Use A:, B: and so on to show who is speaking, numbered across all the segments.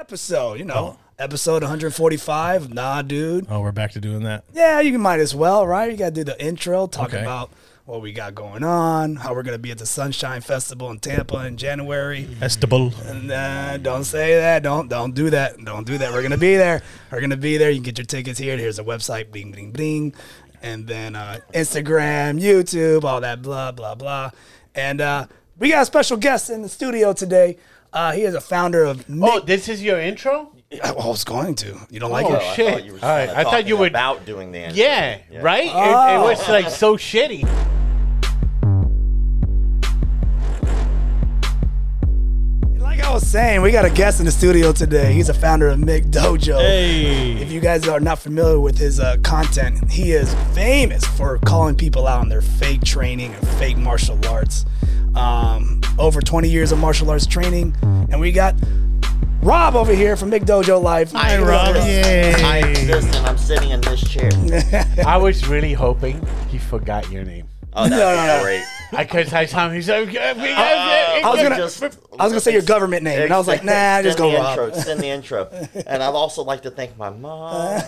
A: episode, you know, episode 145. Nah, dude.
B: Oh, we're back to doing that.
A: Yeah, you might as well, right? You got to do the intro, talk
B: Okay.
A: about what we got going on, how we're going to be at the Sunshine Festival in Tampa in January.
B: Festival.
A: Nah, don't say that. Don't don't do that. Don't do that. We're gonna be there. We're gonna be there. You can get your tickets here. Here's a website. Bling bling bling, and then uh, Instagram, YouTube, all that blah blah blah. And uh, we got a special guest in the studio today. Uh, he is a founder of. Nick-
C: Oh, this is your intro?
A: I was going to. You don't like
C: Oh,
A: it?
C: shit.
D: I thought you were
C: All right, I thought
D: talking
C: you were-
D: about doing the intro.
C: Yeah, right? It- It,
A: Oh.
C: was like so shitty.
A: Like I was saying, we got a guest in the studio today. He's a founder of Mick Dojo.
B: Hey.
A: If you guys are not familiar with his uh, content, he is famous for calling people out on their fake training and fake martial arts. Um, over 20 years of martial arts training, and we got Rob over here from Big Dojo Life.
B: Hi, Rob.
D: I
B: Yay.
D: exist and I'm sitting in this chair.
C: I was really hoping he forgot your name.
D: Oh,
A: No, no, no.
D: that's great.
C: Because I saw him, he's like, Oh.
A: I was gonna,
D: Just-
A: I was gonna say your government name, and I was like, nah, just
D: Send
A: go
D: the
A: Rob.
D: Intro, send the intro. And I'd also like to thank my mom,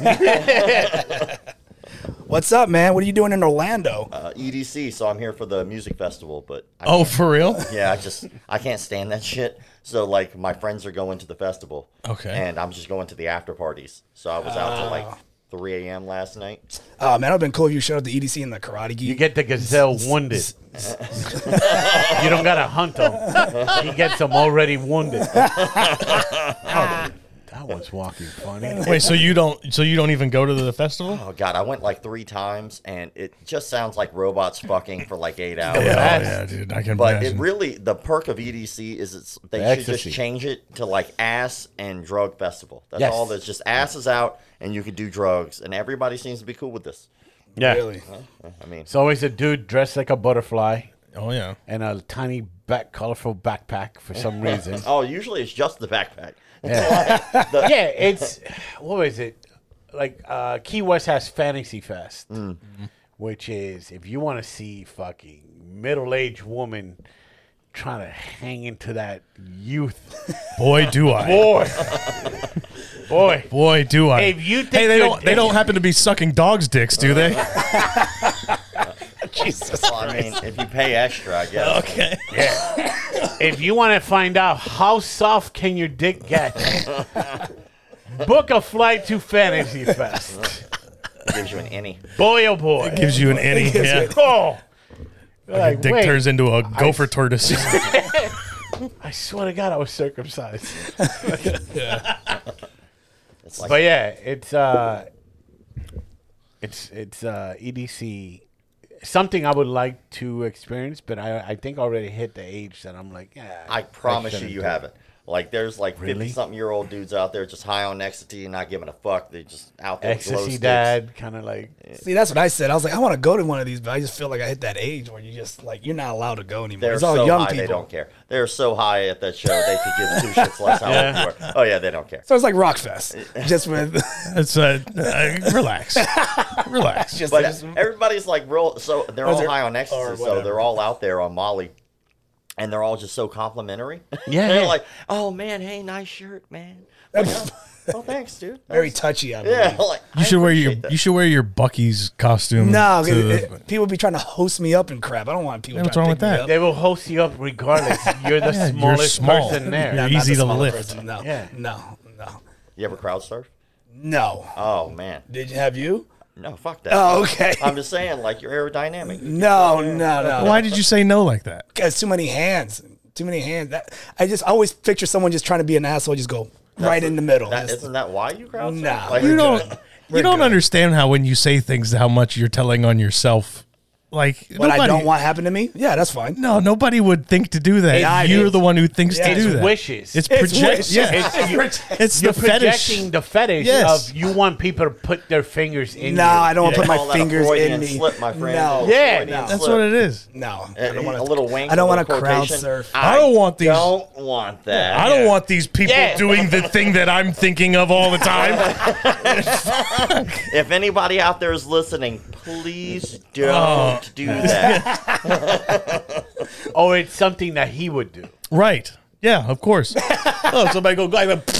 A: What's up, man? What are you doing in Orlando?
D: uh, EDC. So I'm here for the music festival, but I,
B: Oh, for real?
D: yeah, I just I can't stand that shit. So like my friends are going to the festival,
B: Okay.
D: and I'm just going to the after parties. So I was out till
C: Ah.
D: like 3 a.m. last night.
A: Oh man, it'd been cool if you showed up to EDC in the Karate
C: You
A: Gi.
C: get the gazelle wounded. you don't gotta hunt him. He gets them already wounded. Oh, that was walking
A: Oh,
C: funny.
B: Wait, so you don't so you don't even go to the festival?
D: Oh god, I went like three times, and it just sounds like robots fucking for like eight hours.
B: Yeah,
C: Yes.
B: yeah, dude. I can
D: But it
B: imagine.
D: really, the perk of EDC is it's they
C: The
D: should
C: ecstasy.
D: just change it to like ass and drug festival. That's
C: Yes.
D: all. That's just ass is out, and you can do drugs, and everybody seems to be cool with this.
C: Yeah.
A: Really?
D: I mean,
C: It's always a dude dressed like a butterfly
B: oh yeah.
C: and a tiny back colorful backpack for some reason.
D: oh, usually it's just the backpack.
C: Yeah. yeah, it's what was it? Like uh, Key West has Fantasy Fest,
B: Mm.
C: which is if you want to see fucking middle-aged woman trying to hang into that youth
B: Boy, do I.
C: boy, boy.
B: Boy, do I.
C: If you think
B: hey, they
C: you're-
B: don't they don't happen to be sucking dogs' dicks, do they?
A: Jesus.
D: Well, I mean, if you pay extra, I guess.
B: okay.
C: If you want to find out how soft can your dick get, book a flight to Fantasy Fest.
D: It gives you an any.
C: Boy, oh boy.
B: Gives you an any. Yeah.
C: Oh. You're
B: Your
C: like,
B: dick
C: wait,
B: turns into a gopher tortoise.
C: I swear to God, I was circumcised.
D: It's like
C: But yeah, it's uh, it's it's uh, EDC. Something I would like to experience, but I I think I already hit the age that I'm like, yeah.
D: I promise you,
C: shouldn't
D: you
C: do it.
D: haven't. Like, there's like fifty
C: Really?
D: something year old dudes out there just high on ecstasy and not giving a fuck. They just out there. with glow
C: Ecstasy
D: sticks.
C: dad, kind of like
A: See, that's what I said. I was like, I want to go to one of these, but I just feel like I hit that age where you just like you're not allowed to go anymore.
D: They're
A: it's all
D: so
A: young
D: high,
A: people.
D: they don't care. They're so high at that show, they could give two shits less how old you were. Oh yeah, they don't care.
A: So it's like Rockfest, just with
B: It's uh, uh relax. Relax.
A: just,
D: But
A: just
D: everybody's like real, so they're all
A: they're-
D: high on
A: or
D: ecstasy, so
A: whatever.
D: they're all out there on Molly, and they're all just so complimentary.
C: Yeah,
D: they're
C: yeah.
D: like, "Oh man, hey, nice shirt, man. Oh, thanks, dude.
A: very touchy. I believe.
D: yeah, like
B: You should wear your
D: That.
B: you should wear your Bucky's costume.
A: No,
B: to the-
A: it- it- people be trying to host me up and crap. I don't want people.
B: Yeah, what's
A: trying
B: wrong
A: to
B: with
A: pick
B: that?
A: Me
C: they will host you up regardless. You're the
B: Yeah, you're
C: smallest
B: small.
C: person
B: You're
C: there.
A: up. Not
B: easy
A: the
B: to
A: smaller
B: lift.
A: person, No,
C: Yeah.
A: no, no,
D: You ever crowd surf?
A: no.
D: Oh man,
A: Did you have you?
D: no, fuck that.
A: Oh, okay.
D: I'm just saying, like you're aerodynamic.
A: No, no, no.
B: Why did you say no like that?
A: Because too many hands. Too many hands. That I just I always picture someone just trying to be an asshole. Just go right in the middle.
D: That,
A: Just-
D: isn't that why you crowd surf?
A: Nah.
D: Like,
B: You
A: We're
B: don't
A: good. We're
B: you don't
A: good.
B: understand how when you say things how much you're telling on yourself. Like
A: what I
B: nobody-
A: don't want happen to me. Yeah, that's fine.
B: No, nobody would think to do that.
A: Yeah, it
B: you're
A: is.
B: the one who thinks
A: Yeah,
B: to
A: it's
B: do that.
C: wishes.
B: It's
C: It's
B: project.
A: wishes.
B: Yeah,
C: It's- you're-
B: it's, it's the
C: You're
B: fetish.
C: projecting the fetish
B: Yes.
C: of you want people to put their fingers in.
A: No,
C: you.
A: I don't want to put
D: Call
A: my
D: that a
A: fingers in
D: Freudian
A: me.
D: slip, my friend.
A: No.
C: Yeah. Uh,
D: Freudian
B: That's
D: slip.
B: what it is.
A: No,
D: A-
A: I don't want
D: a little wink.
A: I don't
D: a
A: want
D: little
A: to crowd
D: quotation.
A: surf.
B: I don't want these-
D: Don't want that.
B: I don't want these people
C: Yeah.
B: doing the thing that I'm thinking of all the time.
D: If anybody out there is listening, please don't do that.
C: Or it's something that he would do.
B: right. Yeah, of course. oh, somebody go like, Did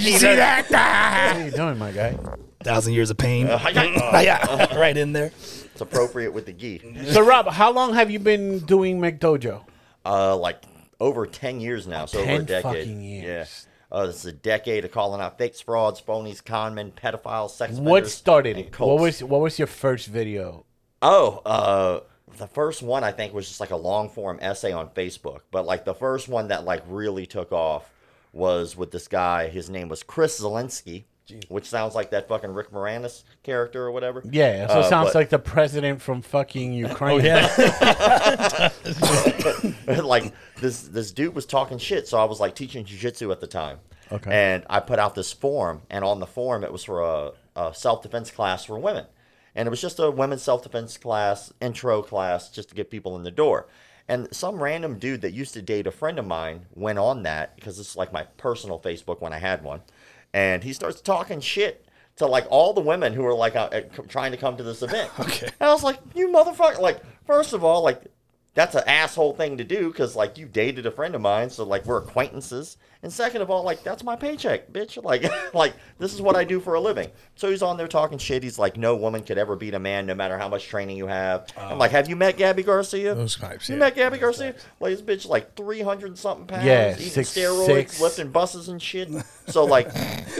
B: you see that?
C: What are you doing, my guy?
A: Thousand years of pain.
D: Uh-huh. it's
A: yeah,
D: Uh-huh.
A: right in there.
D: appropriate with the gi.
C: So, Rob, how long have you been doing McDojo?
D: Uh, like over ten years now, so over a
C: 10
D: decade.
C: fucking years.
D: Yeah. Uh, this is a decade of calling out fakes, frauds, phonies, conmen, pedophiles, sex
C: What
D: offenders,
C: started it?
D: and
C: What
D: cults.
C: was what was your first video?
D: Oh, uh, the first one I think was just like a long form essay on Facebook, but like the first one that like really took off was with this guy. His name was Chris Zelensky, which sounds like that fucking Rick Moranis character or whatever.
C: Yeah, so it
D: Uh,
C: sounds
D: but-
C: like the president from fucking Ukraine.
B: Oh yeah.
D: like this this dude was talking shit, so I was like teaching jujitsu at the time.
C: Okay.
D: And I put out this form, and on the form it was for a, a self defense class for women, and it was just a women's self defense class, intro class, just to get people in the door. And some random dude that used to date a friend of mine went on that because it's like my personal Facebook when I had one, and he starts talking shit to like all the women who were like uh, uh, c- trying to come to this event. okay. And I was like, you motherfucker! Like, first of all, like that's an asshole thing to do because like you dated a friend of mine so like we're acquaintances and second of all like that's my paycheck bitch like like this is what i do for a living so he's on there talking shit he's like no woman could ever beat a man no matter how much training you have i'm like have you met gabby garcia
B: Those types,
D: you
B: yeah.
D: met gabby garcia like this bitch like 300 something pounds
C: Yeah,
D: eating
C: six-
D: steroids
C: six.
D: lifting buses and shit so like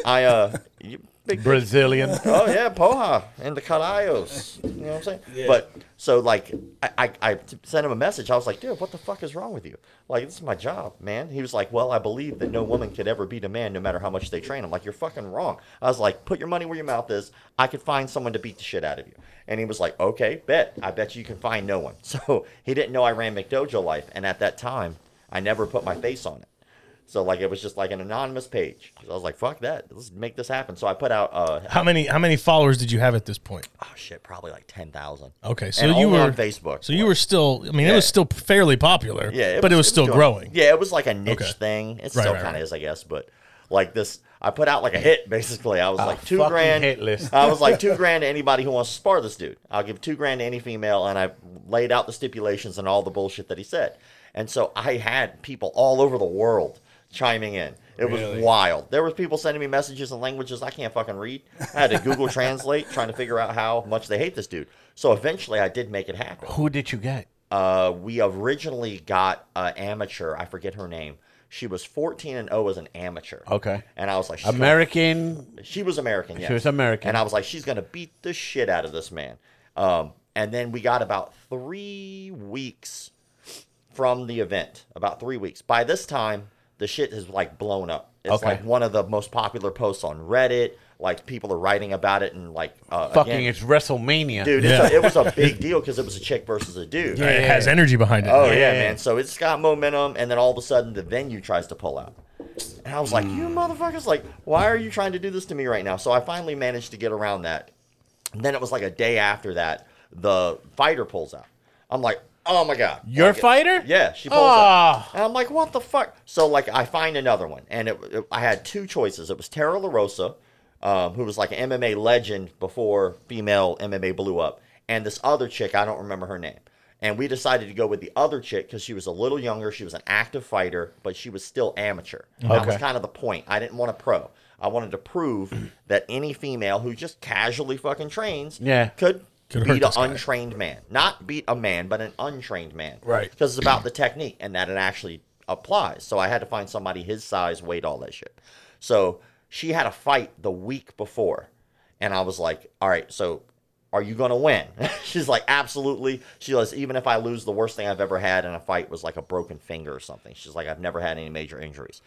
D: i uh you, big
C: Brazilian.
D: oh yeah, Poha and the Carayos. You know what I'm saying? But so like I, I, I t- sent him a message. I was like, dude, what the fuck is wrong with you? Like this is my job, man. He was like, well, I believe that no woman could ever beat a man, no matter how much they train him. Like you're fucking wrong. I was like, put your money where your mouth is. I could find someone to beat the shit out of you. And he was like, okay, bet. I bet you can find no one. So he didn't know I ran McDojo Life, and at that time, I never put my face on it. So like it was just like an anonymous page. So I was like, fuck that. Let's make this happen. So I put out uh,
B: How many how many followers did you have at this point?
D: oh shit, probably like ten thousand.
B: Okay, so
D: And
B: you
D: only
B: were
D: on Facebook.
B: So you were still. I mean, it was
D: Yeah.
B: still fairly popular.
D: yeah,
B: but it was still
D: doing-
B: growing.
D: Yeah, it was like a niche
B: Okay.
D: thing. It
B: Right,
D: still
B: right,
D: kind of
B: right.
D: is, I guess. But like this, I put out like a hit basically. I was like two
C: fucking
D: grand.
C: hit list.
D: I was like two grand to anybody who wants to spar this dude. I'll give two grand to any female, and I laid out the stipulations and all the bullshit that he said. And so I had people all over the world chiming in. It was wild. There was people sending me messages in languages I can't fucking read. I had to Google Translate trying to figure out how much they hate this dude. So eventually, I did make it happen
C: Who did you get?
D: uh, we originally got an amateur. I forget her name. She was 14 and 0 as an amateur.
C: Okay.
D: And I was like, she's gonna-
C: American.
D: She was American. Yeah.
C: was American.
D: And I was like, she's gonna beat the shit out of this man. Um, and then we got about three weeks from the event. About three weeks. By this time, the shit has like blown up. It's
C: Okay.
D: like one of the most popular posts on Reddit. Like people are writing about it and like uh,
C: Fucking,
D: again,
C: it's WrestleMania.
D: dude. It's a,
B: Yeah.
D: it was a big deal because it was a chick versus a dude.
B: It has energy behind it.
D: Oh
B: now.
D: yeah, man. So it's got momentum, and then all of a sudden the venue tries to pull out. And I was like, you motherfuckers, like, why are you trying to do this to me right now? So I finally managed to get around that. And then it was like a day after that, the fighter pulls out. I'm like, oh my god.
C: Your
D: Like,
C: fighter?
D: Yeah, she pulls
C: Ah.
D: out. And I'm like, what the fuck? So like, I find another one, and it, it- I had two choices. It was Tara LaRosa, um, who was like an MMA legend before female MMA blew up, and this other chick, I don't remember her name. And we decided to go with the other chick because she was a little younger. She was an active fighter, but she was still amateur. That was
C: Okay.
D: kind of the point. I didn't want a pro. I wanted to prove that any female who just casually fucking trains
C: Yeah.
D: could,
B: Could hurt
D: beat an
B: this guy.
D: untrained man. Not beat a man, but an untrained man.
A: Right.
D: Because it's about the technique and that it actually applies. So I had to find somebody his size, weight, all that shit. So she had a fight the week before. And I was like, all right, so are you going to win? She's like, absolutely. She goes, even if I lose, the worst thing I've ever had in a fight was like a broken finger or something. She's like, I've never had any major injuries.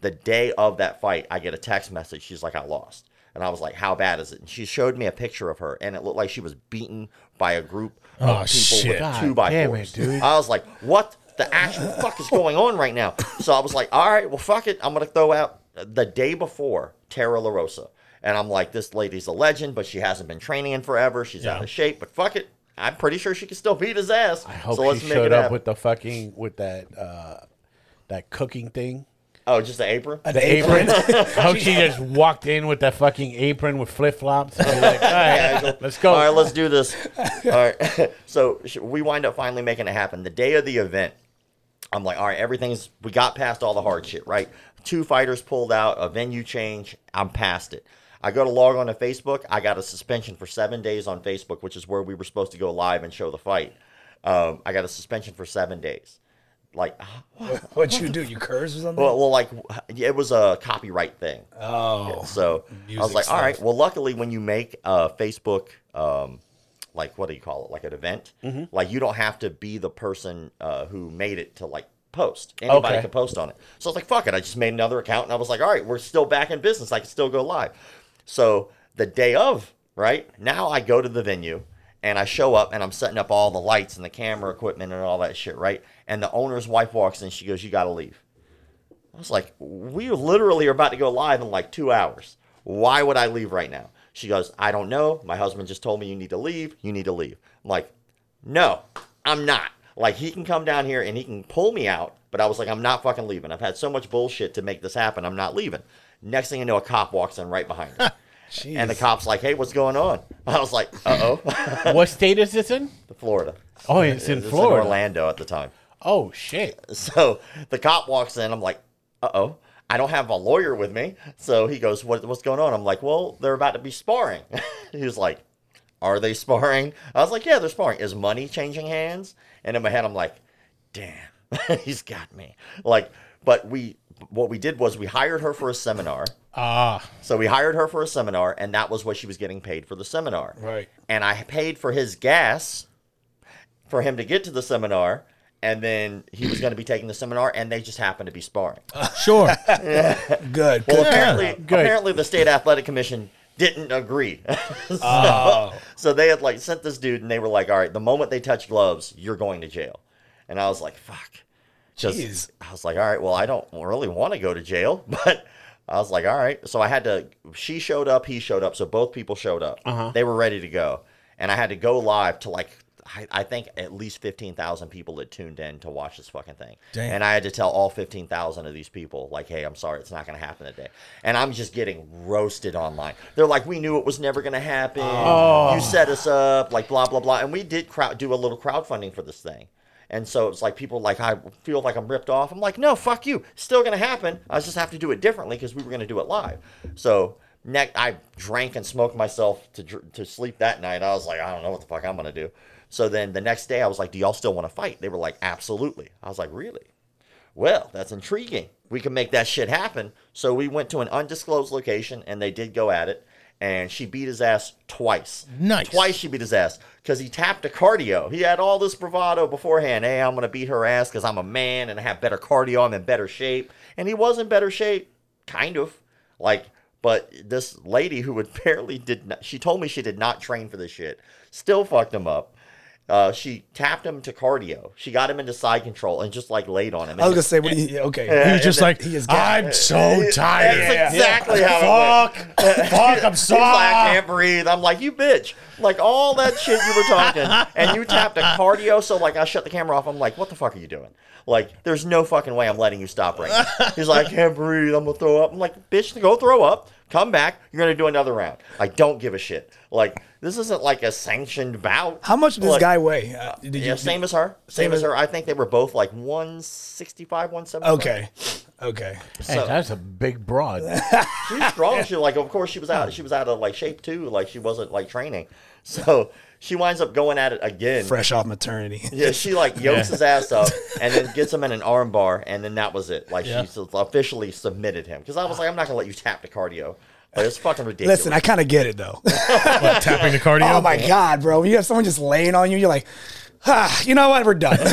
D: The day of that fight, I get a text message. She's like, I lost. And I was like, how bad is it? And she showed me a picture of her, and it looked like she was beaten by a group of
B: Oh,
D: people
B: shit.
D: with
C: God
D: two by
C: damn it,
D: fours.
C: dude.
D: I was like, what the actual fuck is going on right now? So I was like, all right, well, fuck it. I'm going to throw out the day before Tara LaRosa. And I'm like, this lady's a legend, but she hasn't been training in forever. She's out
B: Yeah.
D: of shape, but fuck it. I'm pretty sure she can still beat his ass.
C: I hope
D: so let's
C: she
D: make
C: showed
D: it
C: up
D: happen.
C: with the fucking with that uh, that cooking thing.
D: oh, just the apron?
C: The apron. I hope she just walked in with that fucking apron with flip flops. Like, all
D: Yeah,
C: right, let's go.
D: All right, let's do this. All right. so sh- we wind up finally making it happen. The day of the event, I'm like, all right, everything's we got past all the hard shit, right? Two fighters pulled out, a venue change, I'm past it. I go to log on to Facebook, I got a suspension for seven days on Facebook, which is where we were supposed to go live and show the fight. Um, I got a suspension for seven days. Like,
A: What'd you do? You curse or something?
D: well, well like it was a copyright thing.
A: oh,
D: So I was
A: Music
D: like, all
A: stuff.
D: right. Well, luckily, when you make a Facebook, um, like what do you call it, like an event,
A: Mm-hmm.
D: like you don't have to be the person uh, who made it to like post. Anybody
C: Okay.
D: can post on it. So I was like, fuck it. I just made another account, and I was like, all right, we're still back in business. I can still go live. So the day of, right now, I go to the venue. And I show up and I'm setting up all the lights and the camera equipment and all that shit, right? And the owner's wife walks in. She goes, "You got to leave." I was like, we literally are about to go live in like two hours. Why would I leave right now? She goes, I don't know. My husband just told me you need to leave. You need to leave. I'm like, no, I'm not. Like, he can come down here and he can pull me out, but I was like, I'm not fucking leaving. I've had so much bullshit to make this happen. I'm not leaving. Next thing I know, a cop walks in right behind her. and the cop's like, hey, what's going on? I was like, uh oh.
C: what state is this in?
D: Florida.
C: Oh, it's in
D: This is
C: Florida.
D: Orlando at the time.
C: Oh shit!
D: So the cop walks in. I'm like, uh oh, I don't have a lawyer with me. So he goes, what, What's going on? I'm like, Well, they're about to be sparring. he was like, Are they sparring? I was like, Yeah, they're sparring. Is money changing hands? And in my head, I'm like, Damn, he's got me. Like, but we, what we did was we hired her for a seminar.
B: Ah,
D: So we hired her for a seminar, and that was what she was getting paid for the seminar.
A: Right.
D: And I paid for his gas for him to get to the seminar, and then he was going to be taking the seminar, and they just happened to be sparring.
B: sure.
A: good.
D: Well,
A: good.
D: apparently,
C: Good.
D: apparently the state athletic commission didn't agree. so, so they had like sent this dude, and they were like, "All right, the moment they touch gloves, you're going to jail." And I was like, "Fuck." 'Cause
A: Jeez.
D: I was like, "All right, well, I don't really want to go to jail," but I was like, "All right." So I had to. She showed up. He showed up. So both people showed up. They were ready to go, and I had to go live to like. I- I think at least 15,000 people had tuned in to watch this fucking thing.
B: Damn.
D: And I had to tell all 15,000 of these people, like, hey, I'm sorry, it's not going to happen today. And I'm just getting roasted online. They're like, we knew it was never going to happen. You set us up, like, blah, blah, blah. And we did crowd, do a little crowdfunding for this thing. And so it's like people like, I feel like I'm ripped off. I'm like, no, fuck you. It's still going to happen. I just have to do it differently because we were going to do it live. So next, I drank and smoked myself to, dr- to sleep that night. I was like, I don't know what the fuck I'm going to do. So then the next day, I was like, do y'all still want to fight? They were like, absolutely. I was like, really? Well, that's intriguing. We can make that shit happen. So we went to an undisclosed location and they did go at it. And she beat his ass twice.
B: Nice.
D: Twice she beat his ass because he tapped a cardio. He had all this bravado beforehand. Hey, I'm going to beat her ass because I'm a man and I have better cardio. I'm in better shape. And he was in better shape, kind of. Like, but this lady who apparently did not, she told me she did not train for this shit, still fucked him up. Uh, she tapped him to cardio. She got him into side control and just like laid on him.
A: I was gonna say, what do you? yeah, Okay.
B: He was just
D: then
B: like,
A: he just got-
B: I'm so tired.
D: That's exactly how it
B: Fuck, fuck, I'm
D: He's like, I
B: sorry.
D: can't breathe. I'm like, you bitch. Like all that shit you were talking, and you tapped a cardio. So like, I shut the camera off. I'm like, what the fuck are you doing? Like, there's no fucking way I'm letting you stop right now. He's like, I can't breathe. I'm gonna throw up. I'm like, bitch, go throw up. Come back. You're gonna do another round. I don't give a shit. Like, this isn't like a sanctioned bout.
A: How much did this
D: Like,
A: guy weigh? Uh, did you,
D: Yeah, same as her. Same, as her. I think they were both like 165, 175.
A: Okay. Okay.
C: Hey,
D: So-
C: that's a big broad.
D: she was strong. She like, of course, she was out. She was out of like shape too. Like she wasn't like training, so she winds up going at it again.
A: Fresh off maternity.
D: Yeah, she like yokes his ass up and then gets him in an arm bar, and then that was it. Like she so- officially submitted him because I was like, I'm not gonna let you tap the cardio. Like, it's fucking ridiculous.
A: Listen, I kind of get it though.
B: What, tapping the cardio.
A: oh my god, bro! When you have someone just laying on you, you're like, ah, you know what? We're done. you're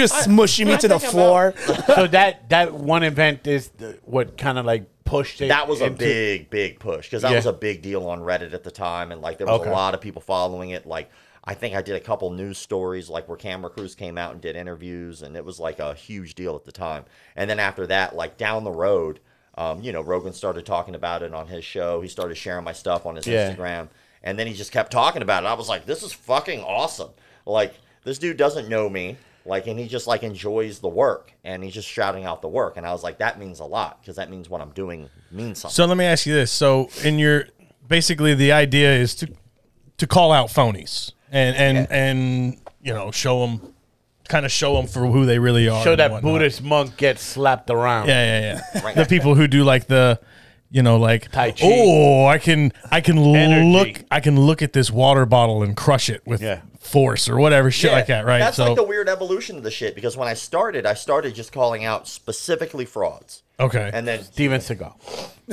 A: just smushing me
D: I
A: to the
D: think I'm
A: floor.
C: so that that one event is the, what kind of like pushed it.
D: that was a
C: into-
D: big, big push because that
C: Yeah.
D: was a big deal on Reddit at the time, and like there was
C: Okay.
D: a lot of people following it. Like I think I did a couple news stories, like where camera crews came out and did interviews, and it was like a huge deal at the time. And then after that, like down the road, um, you know, Rogan started talking about it on his show. He started sharing my stuff on his
C: Yeah.
D: Instagram, and then he just kept talking about it. I was like, this is fucking awesome. Like this dude doesn't know me. Like and he just like enjoys the work and he's just shouting out the work and I was like that means a lot because that means what I'm doing means something.
B: So let me ask you this. So in your basically the idea is to to call out phonies and and and you know show them kind of show them for who they really are.
C: Show
B: and
C: that
B: whatnot.
C: Buddhist monk gets slapped around.
B: Yeah, yeah, yeah. The people who do like the, you know, like
C: Tai Chi.
B: Oh, I can, I can
C: Energy.
B: look, I can look at this water bottle and crush it with
C: Yeah.
B: force or whatever shit
D: Yeah,
B: like that, right?
D: That's
B: so
D: like the weird evolution of the shit because when I started, I started just calling out specifically frauds.
B: okay,
D: And then
C: Steven Seagal.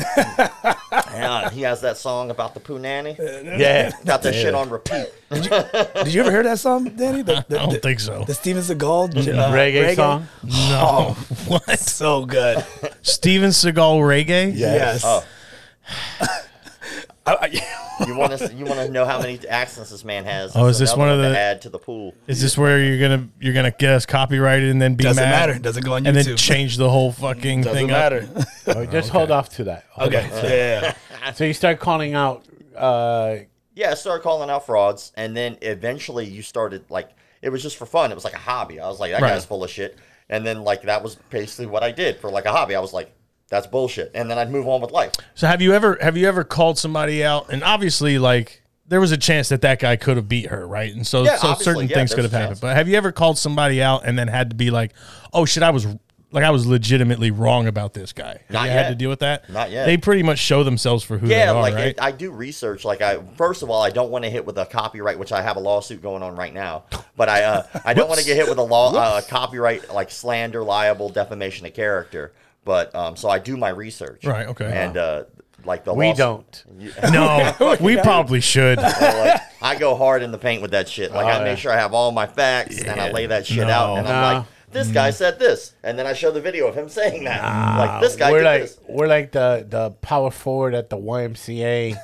D: uh, he has that song about the poo nanny.
C: Yeah.
D: Got that shit on repeat.
A: Did you ever hear that song, Danny? The, the,
B: I don't
A: the-
B: think so.
A: The Steven Seagal j- uh,
C: reggae, song.
B: no, Oh, what?
A: So good.
B: Steven Seagal reggae?
A: yes.
D: Oh.
A: I- I-
D: You want to you want to know how many accents this man has?
B: Oh,
D: It's
B: is this
D: another
B: one of the-
D: to add to the pool?
B: Is this where you're gonna you're gonna get us copyrighted and then be
A: Doesn't
B: mad?
A: matter. Doesn't go on
B: and then
A: YouTube.
B: change the whole fucking
A: doesn't
B: thing.
A: matter.
C: Oh, just hold off to that. Hold
A: okay. Yeah. yeah.
C: on. So you start calling out. Uh,
D: Yeah, I started calling out frauds, and then eventually you started like it was just for fun. It was like a hobby. I was like, that
B: Right.
D: guy's full of shit. And then like that was basically what I did for like a hobby. I was like, that's bullshit. And then I'd move on with life.
B: So have you ever have you ever called somebody out? And obviously, like there was a chance that that guy could have beat her, right? And so
D: Yeah,
B: so
D: obviously,
B: certain
D: yeah,
B: things could
D: there's
B: have
D: a
B: happened.
D: chance.
B: But have you ever called somebody out and then had to be like, oh shit, I was like I was legitimately wrong about this guy. Have
D: Not
B: you had
D: yet.
B: to deal with that.
D: Not yet.
B: They pretty much show themselves for who
D: Yeah,
B: they are,
D: like
B: right?
D: it, I do research. Like I first of all, I don't want to hit with a copyright, which I have a lawsuit going on right now. But I uh, I don't want to get hit with a law uh, copyright like slander, liable, defamation of character. But um, so I do my research.
B: Right, okay.
D: And uh, like the
C: we
D: lawsuit-
C: don't.
B: no, we probably should.
D: like, I go hard in the paint with that shit. Like I
C: Oh, yeah.
D: make sure I have all my facts and I lay that shit out. And I'm
C: No.
D: like, this guy said this, and then I show the video of him saying that. like this guy
C: Uh, we're
D: did
C: like
D: this.
C: we're like the the power forward at the YMCA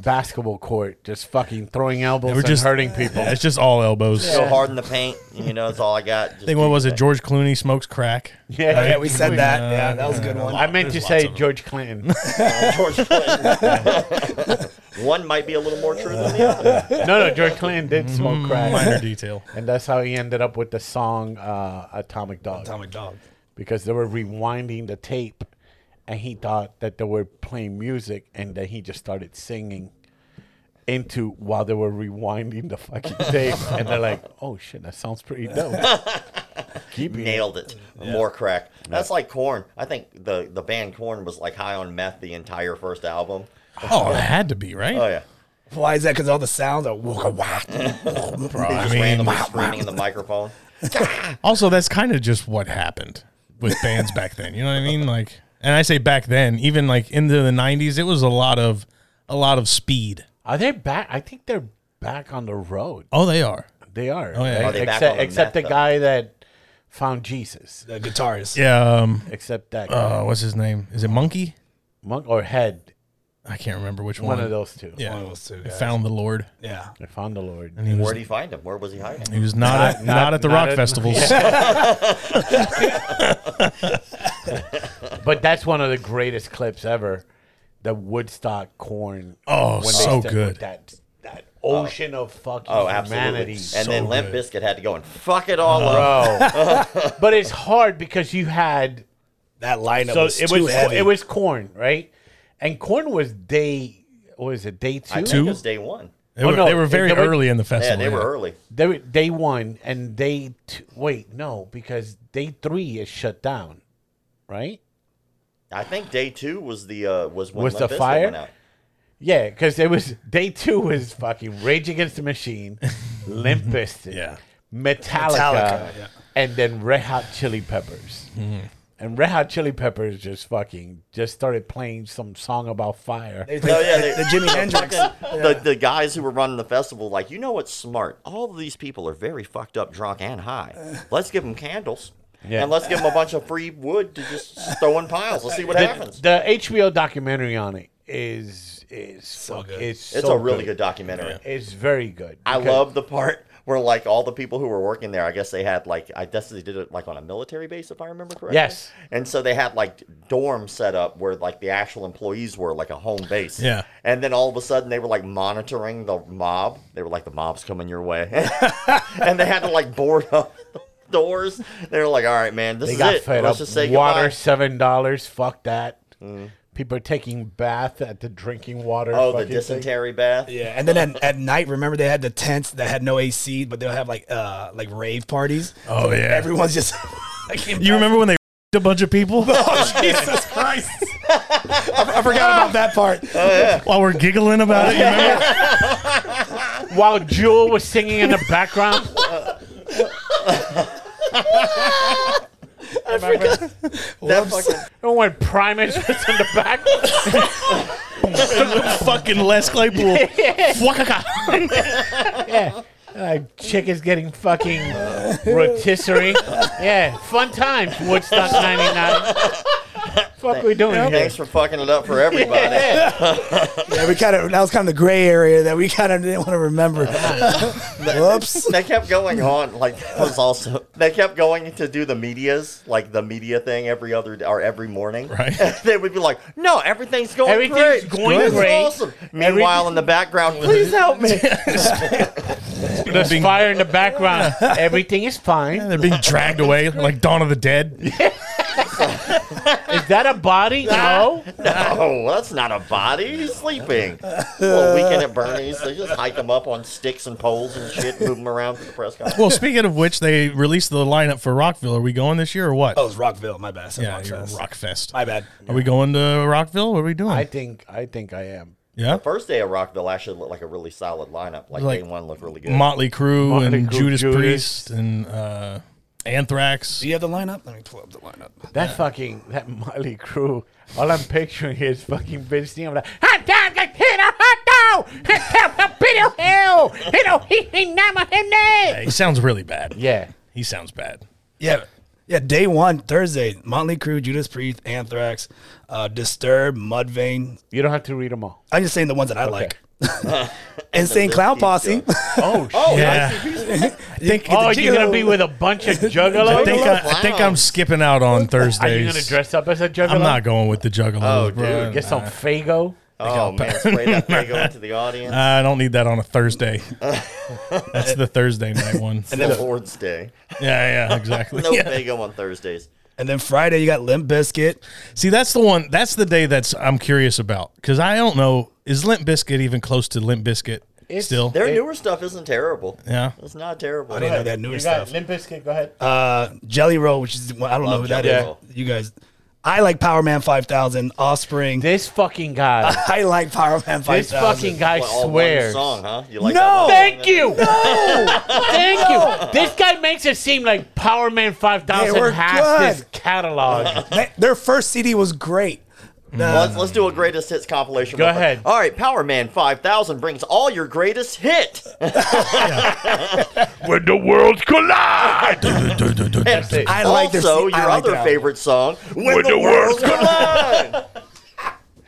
C: basketball court, just fucking throwing elbows
B: We're
C: and
B: just-
C: hurting people.
B: Yeah, it's just all elbows.
D: Go hard in the paint. You know, that's all I got. Just
B: I think what was it? George Clooney smokes crack.
C: Yeah.
A: Yeah, we said that.
B: Uh,
A: Yeah, that was a good one.
C: I meant to say George Clinton.
D: George Clinton. One might be a little more true than the other.
C: no, no, George Clinton did smoke
B: Minor
C: crack,
B: detail.
C: and that's how he ended up with the song uh, "Atomic Dog"
A: Atomic Dog.
C: because they were rewinding the tape, and he thought that they were playing music, and then he just started singing into while they were rewinding the fucking tape, and they're like, "Oh shit, that sounds pretty dope." Keep it.
D: Nailed it. More crack. That's like Corn. I think the the band Corn was like high on meth the entire first album.
B: Oh, it had to be right.
D: Oh yeah.
A: Why is that? Because all the sounds are waka whack.
D: They
B: I
D: just
B: mean-
D: randomly screaming in the microphone.
B: Also, that's kind of just what happened with bands back then. You know what I mean? Like, and I say back then, even like into the '90s, it was a lot of a lot of speed.
C: Are they back? I think they're back on the road.
B: Oh, they are.
C: They are.
B: yeah. Are
D: they back
C: except
D: on the
C: except the
D: meth, though?
C: guy that found Jesus.
A: The guitarist.
B: Yeah. Um,
C: Except that guy.
B: uh, what's his name? Is it Monkey?
C: monk or head.
B: I can't remember which
C: One
B: one.
C: of those two.
B: Yeah.
A: One of those two
B: They
A: guys.
B: Found the Lord.
A: Yeah.
C: They found the Lord.
B: He was,
D: Where'd he find him? Where was he hiding?
B: he was not at, not, at the
C: not
B: rock
C: at-
B: festivals.
C: But that's one of the greatest clips ever. The Woodstock corn.
B: Oh, so
C: said
B: good.
C: That that ocean of fucking
D: Oh, absolutely.
C: humanity.
D: And
C: So- Uh,
D: then Limp
B: good.
D: Biscuit had to go and fuck it all up.
C: Bro. but it's hard because you had
A: That lineup
C: so
A: was
C: it
A: too
C: was
A: heavy.
C: it was corn, right? And corn was day what was it, day two?
D: I think it was day one.
B: They, were,
C: no,
B: they were very
C: they were-
B: early in the
D: Yeah,
B: festival.
D: they were early.
C: They were day one and day two. Wait, no, because day three is shut down, right?
D: I think day two was the uh, was when
C: Was
D: Limp
C: the
D: Bizkit
C: fire?
D: went out.
C: Yeah, because it was day two was fucking Rage Against the Machine, Limp Bizkit,
B: Yeah.
C: Metallica,
A: Metallica, yeah. Mm-hmm.
C: and then Red Hot Chili Peppers. And Red Hot Chili Peppers just fucking just started playing some song about fire.
A: They-
D: No, yeah, they-
A: the Jimi Hendrix.
D: The, the guys who were running the festival, like, you know what's smart? All of these people are very fucked up, drunk, and high. Let's give them candles.
C: Yeah.
D: And let's give them a bunch of free wood to just throw in piles. Let's see what happens.
C: The HBO documentary on it is is so
A: good.
C: It's,
D: it's
C: so
D: a really good, documentary.
C: It's very good.
D: I
C: because-
D: love the part where, like, all the people who were working there, I guess they had, like, I guess they did it, like, on a military base, if I remember correctly.
C: Yes.
D: And so they had, like, dorms set up where, like, the actual employees were, like, a home base.
B: Yeah.
D: And then all of a sudden they were, like, monitoring the mob. They were like, the mob's coming your way. and they had to, like, board up the doors. They were like, all right, man, this
C: They
D: is
C: got
D: it.
C: fed
D: Let's
C: up.
D: just say
C: Water
D: goodbye.
C: seven dollars. Fuck that. People are taking bath at the drinking water.
D: Oh, the
C: fucking thing.
D: dysentery bath.
A: Yeah, and then at, at night, remember they had the tents that had no AC, but they'll have like uh like rave parties.
B: Oh, yeah.
A: everyone's just. like in
B: You remember when they a bunch of people
A: Jesus Christ! I, I forgot about that part.
B: while we're giggling about it? You remember?
C: While Jewel was singing in the background.
D: That fucking-
C: And when Primus was in the back.
B: Fucking Les Claypool. Fwakaka.
C: yeah. Like chick is getting fucking rotisserie. Yeah. Fun times, Woodstock 99. Fuck we doing here?
D: Thanks for fucking it up for everybody.
A: Yeah, we kind of that was kind of the gray area that we kind of didn't want to remember. Whoops.
D: they kept going on like that was also they kept going to do the medias like the media thing every other or every morning
B: Right.
D: they would be like no everything's going
C: Everything's
D: great
C: going
D: This is
C: great.
D: awesome meanwhile in the background please help me
C: There's fire in the background. Everything is fine.
B: They're being dragged away like Dawn of the Dead.
C: Is that a body? No.
D: no that's not a body he's sleeping well weekend at bernie's they just hike him up on sticks and poles and shit move him around to the press conference
B: Well, speaking of which, they released the lineup for Rockville. Are we going this year or what?
A: Oh, it was Rockville. My bad. I said
B: yeah,
A: Rockfest.
B: you're Rockfest.
A: My bad.
B: Are we going to Rockville? What are we doing?
C: I think I think I am.
B: yeah.
D: first day of rockville actually looked like a really solid lineup like,
B: Like,
D: day one looked really good
B: Motley Crue
C: Motley
B: and
C: Crue,
B: Judas,
C: Judas.
B: Priest and uh, Anthrax.
A: Do you have the lineup? Let me pull up the lineup.
C: That fucking that Miley crew. All I'm picturing here is fucking Vince Neil. I'm like, hot dog, I hit a hot dog, hot dog, Peter Hill, hit a he he nama him
B: He sounds really bad.
C: Yeah,
B: He sounds bad.
A: Yeah. Yeah, day one, Thursday, Motley Crue, Judas Priest, Anthrax, uh, Disturbed, Mudvayne.
C: you don't have to read them all.
A: I'm just saying the ones that I like. Insane Clown Posse.
C: Oh, shit.
D: oh
B: Yeah.
D: nice.
A: I think
C: oh, you're gonna be with a bunch of
B: I
C: juggalos.
B: think, I, I think I'm skipping out on
C: Are
B: Thursdays.
C: you gonna dress up as a juggalo?
B: I'm not going with the Juggalos,
D: Oh,
B: bro.
D: dude,
C: Get some Fago.
D: oh man spray that thing into the audience
B: I don't need that on a Thursday. That's the Thursday night one.
D: and then Lord's Day.
B: Yeah, yeah, exactly.
D: No
B: Yeah.
D: Fago on Thursdays.
A: And then Friday, you got Limp Biscuit.
B: See, that's the one. That's the day that's I'm curious about because I don't know is Limp Biscuit even close to Limp Biscuit
C: It's-
B: still?
D: Their
C: It-
D: newer stuff isn't terrible.
B: Yeah.
D: It's not terrible.
A: I didn't know that newer stuff.
C: Limp Bizkit, go ahead.
A: Uh, Jelly Roll, which is, well, I don't know
D: Love
A: who that
D: Jelly
A: is.
D: Roll.
A: You guys, I like Power Man 5000, Offspring.
C: this fucking guy.
A: I like Power Man 5000.
C: this fucking guy
D: Well, all
C: swears.
D: One song, huh? You like
A: No!
D: that one
C: Thank
D: song?
C: you. Thank you. This guy makes it seem like Power Man 5000
A: They were
C: has this
A: good.
C: catalog.
A: They- Their first CD was great.
D: Well, let's, let's do a greatest hits compilation.
C: Go
D: real quick.
C: ahead.
D: All right, Power Man 5000 brings all your greatest hit.
C: when the worlds collide. That's it.
A: I like their
D: also, your
A: I like
D: other
A: their album.
D: favorite song, When, the, Worlds Collide.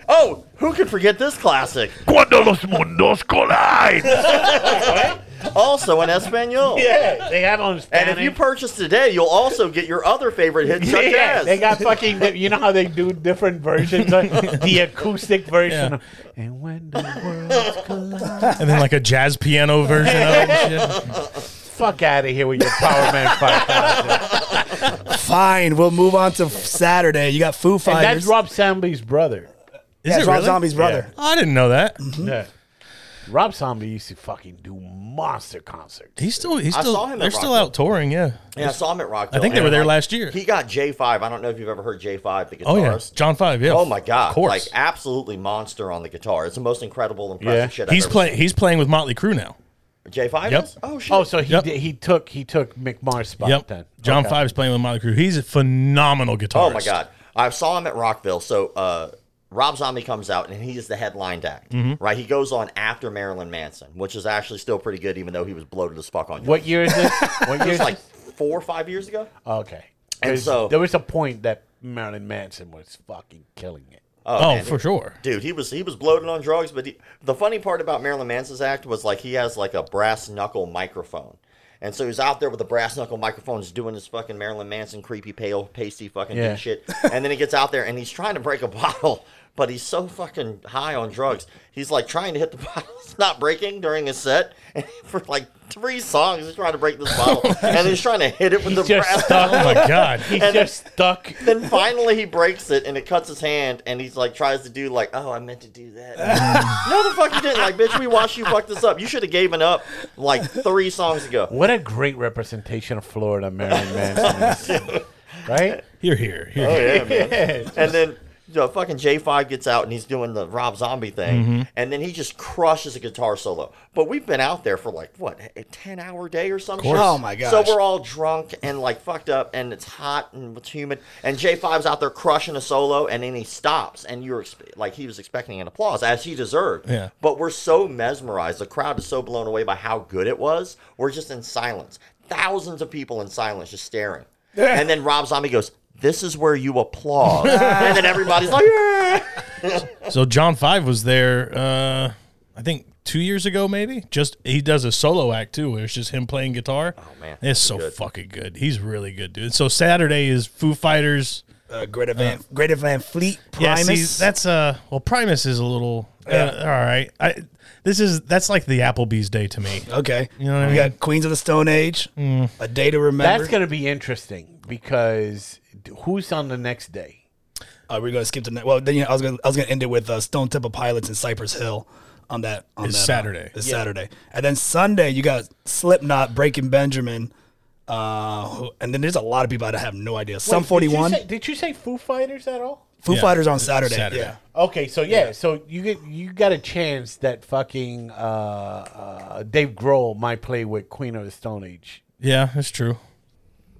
D: oh, who could forget this classic?
E: Cuando los mundos collide.
D: Also in Espanol.
C: Yeah, they have on Spanish.
D: And if you purchase today, you'll also get your other favorite hits, such
C: yeah,
D: as.
C: they got fucking. You know how they do different versions, like the acoustic version.
B: Yeah.
C: And when the worlds collide,
B: And then like a jazz piano version of it. and shit.
C: fuck out of here with your Power Man Five Thousand.
A: Fine, we'll move on to Saturday. You got Foo
C: And
A: Fighters.
C: that's Rob Zombie's brother.
B: Is
A: Yeah,
B: it
A: it's Rob
B: really?
A: Zombie's brother.
B: Oh, I didn't know that.
D: Mm-hmm.
C: Yeah. Rob Zombie used to fucking do monster concerts.
B: He's still. He's
D: I
B: still.
D: saw him at
B: they're still
D: Rockville.
B: out touring. Yeah.
D: Yeah, I saw him at Rockville.
B: I think they
D: and,
B: were there
D: like,
B: last year.
D: He got J5. I don't know if you've ever heard J5, the guitarist.
B: Oh yeah, John Five. Yeah.
D: Oh my god!
B: Of course.
D: Like absolutely monster on the guitar. It's the most incredible, impressive
C: Yeah.
D: shit.
B: he's
D: I've
B: playing. He's playing with Motley Crue now.
D: J five.
B: Yep.
D: Oh shit.
C: Oh, so he
B: Yep.
C: did, he took he took McMar's spot
B: Yep.
C: then.
B: John
C: Okay.
B: Five's playing with Motley Crue. He's a phenomenal guitarist.
D: oh my god! I saw him at Rockville. So uh, Rob Zombie comes out and he is the headline act,
B: Mm-hmm.
D: right? He goes on after Marilyn Manson, which is actually still pretty good, even though he was bloated as fuck on.
C: What year is this? What
D: It
C: year?
D: was
C: Is
D: like
C: this?
D: four or five years ago.
C: Okay.
D: And
C: 'Cause
D: so-
C: there was a point that Marilyn Manson was fucking killing it.
B: Oh,
D: man,
B: for sure.
D: Dude, he was he was bloated on drugs, but he, the funny part about Marilyn Manson's act was like he has like a brass knuckle microphone. And so he's out there with a brass knuckle microphone, just doing his fucking Marilyn Manson creepy, pale, pasty fucking
C: Yeah.
D: shit. And then he gets out there and he's trying to break a bottle, but he's so fucking high on drugs. He's like trying to hit the bottle. It's not breaking during his set. And for like three songs, he's trying to break this bottle. and he's trying to hit it with the
C: He's just
D: breath.
B: Oh
C: stuck.
B: my god.
C: He's
D: And-
C: just stuck.
D: Then finally he breaks it and it cuts his hand and he's like tries to do like oh I meant to do that no the fuck you didn't like bitch we watched you fuck this up you should have given up like three songs ago
C: What a great representation of Florida, Marilyn Manson. is. right?
B: You're here. Here.
D: and then you know, fucking J5 gets out and he's doing the Rob Zombie thing,
A: Mm-hmm.
D: and then he just crushes a guitar solo. But we've been out there for like what a ten hour day or something.
A: Oh, my gosh.
D: So we're all drunk and like fucked up, and it's hot and it's humid, and J5's out there crushing a solo, and then he stops, and you're expe- like he was expecting an applause as he deserved.
B: Yeah.
D: But we're so mesmerized, the crowd is so blown away by how good it was. We're just in silence, thousands of people in silence, just staring. And then Rob Zombie goes, "This is where you applaud," and then everybody's like, "Yeah." Oh.
B: So John Five was there. Uh, I think two years ago, maybe. Just he does a solo act too, where it's just him playing guitar. Oh
D: man,
B: it's so fucking good. He's really good, dude. So Saturday is Foo Fighters.
A: Uh, Greta Van Greta Van Fleet
B: Yeah,
A: Primus.
B: see, that's uh well Primus is a little uh, all right. I this is that's like the Applebee's day to me.
A: okay.
B: You know what I
A: we
B: mean? Mm.
A: got Queens of the Stone Age, A Day to Remember.
C: That's going to be interesting because d- who's on the next day?
A: Uh, we're gonna skip to next. Well, then yeah, I was gonna I was gonna end it with uh, Stone Temple Pilots and Cypress Hill on that on
B: It's
A: that, uh,
B: Saturday.
A: it's Saturday, and then Sunday you got Slipknot, Breaking Benjamin, uh, who, and then there's a lot of people that have no idea. Some
C: Wait,
A: Forty One,
C: Did, you say- did you say Foo Fighters at all?
A: Foo
B: Yeah,
A: Fighters on
B: it's
A: Saturday.
B: Saturday.
A: Yeah,
C: Okay, so yeah, so you get you got a chance that fucking uh, uh, Dave Grohl might play with Queen of the Stone Age.
B: Yeah, that's true.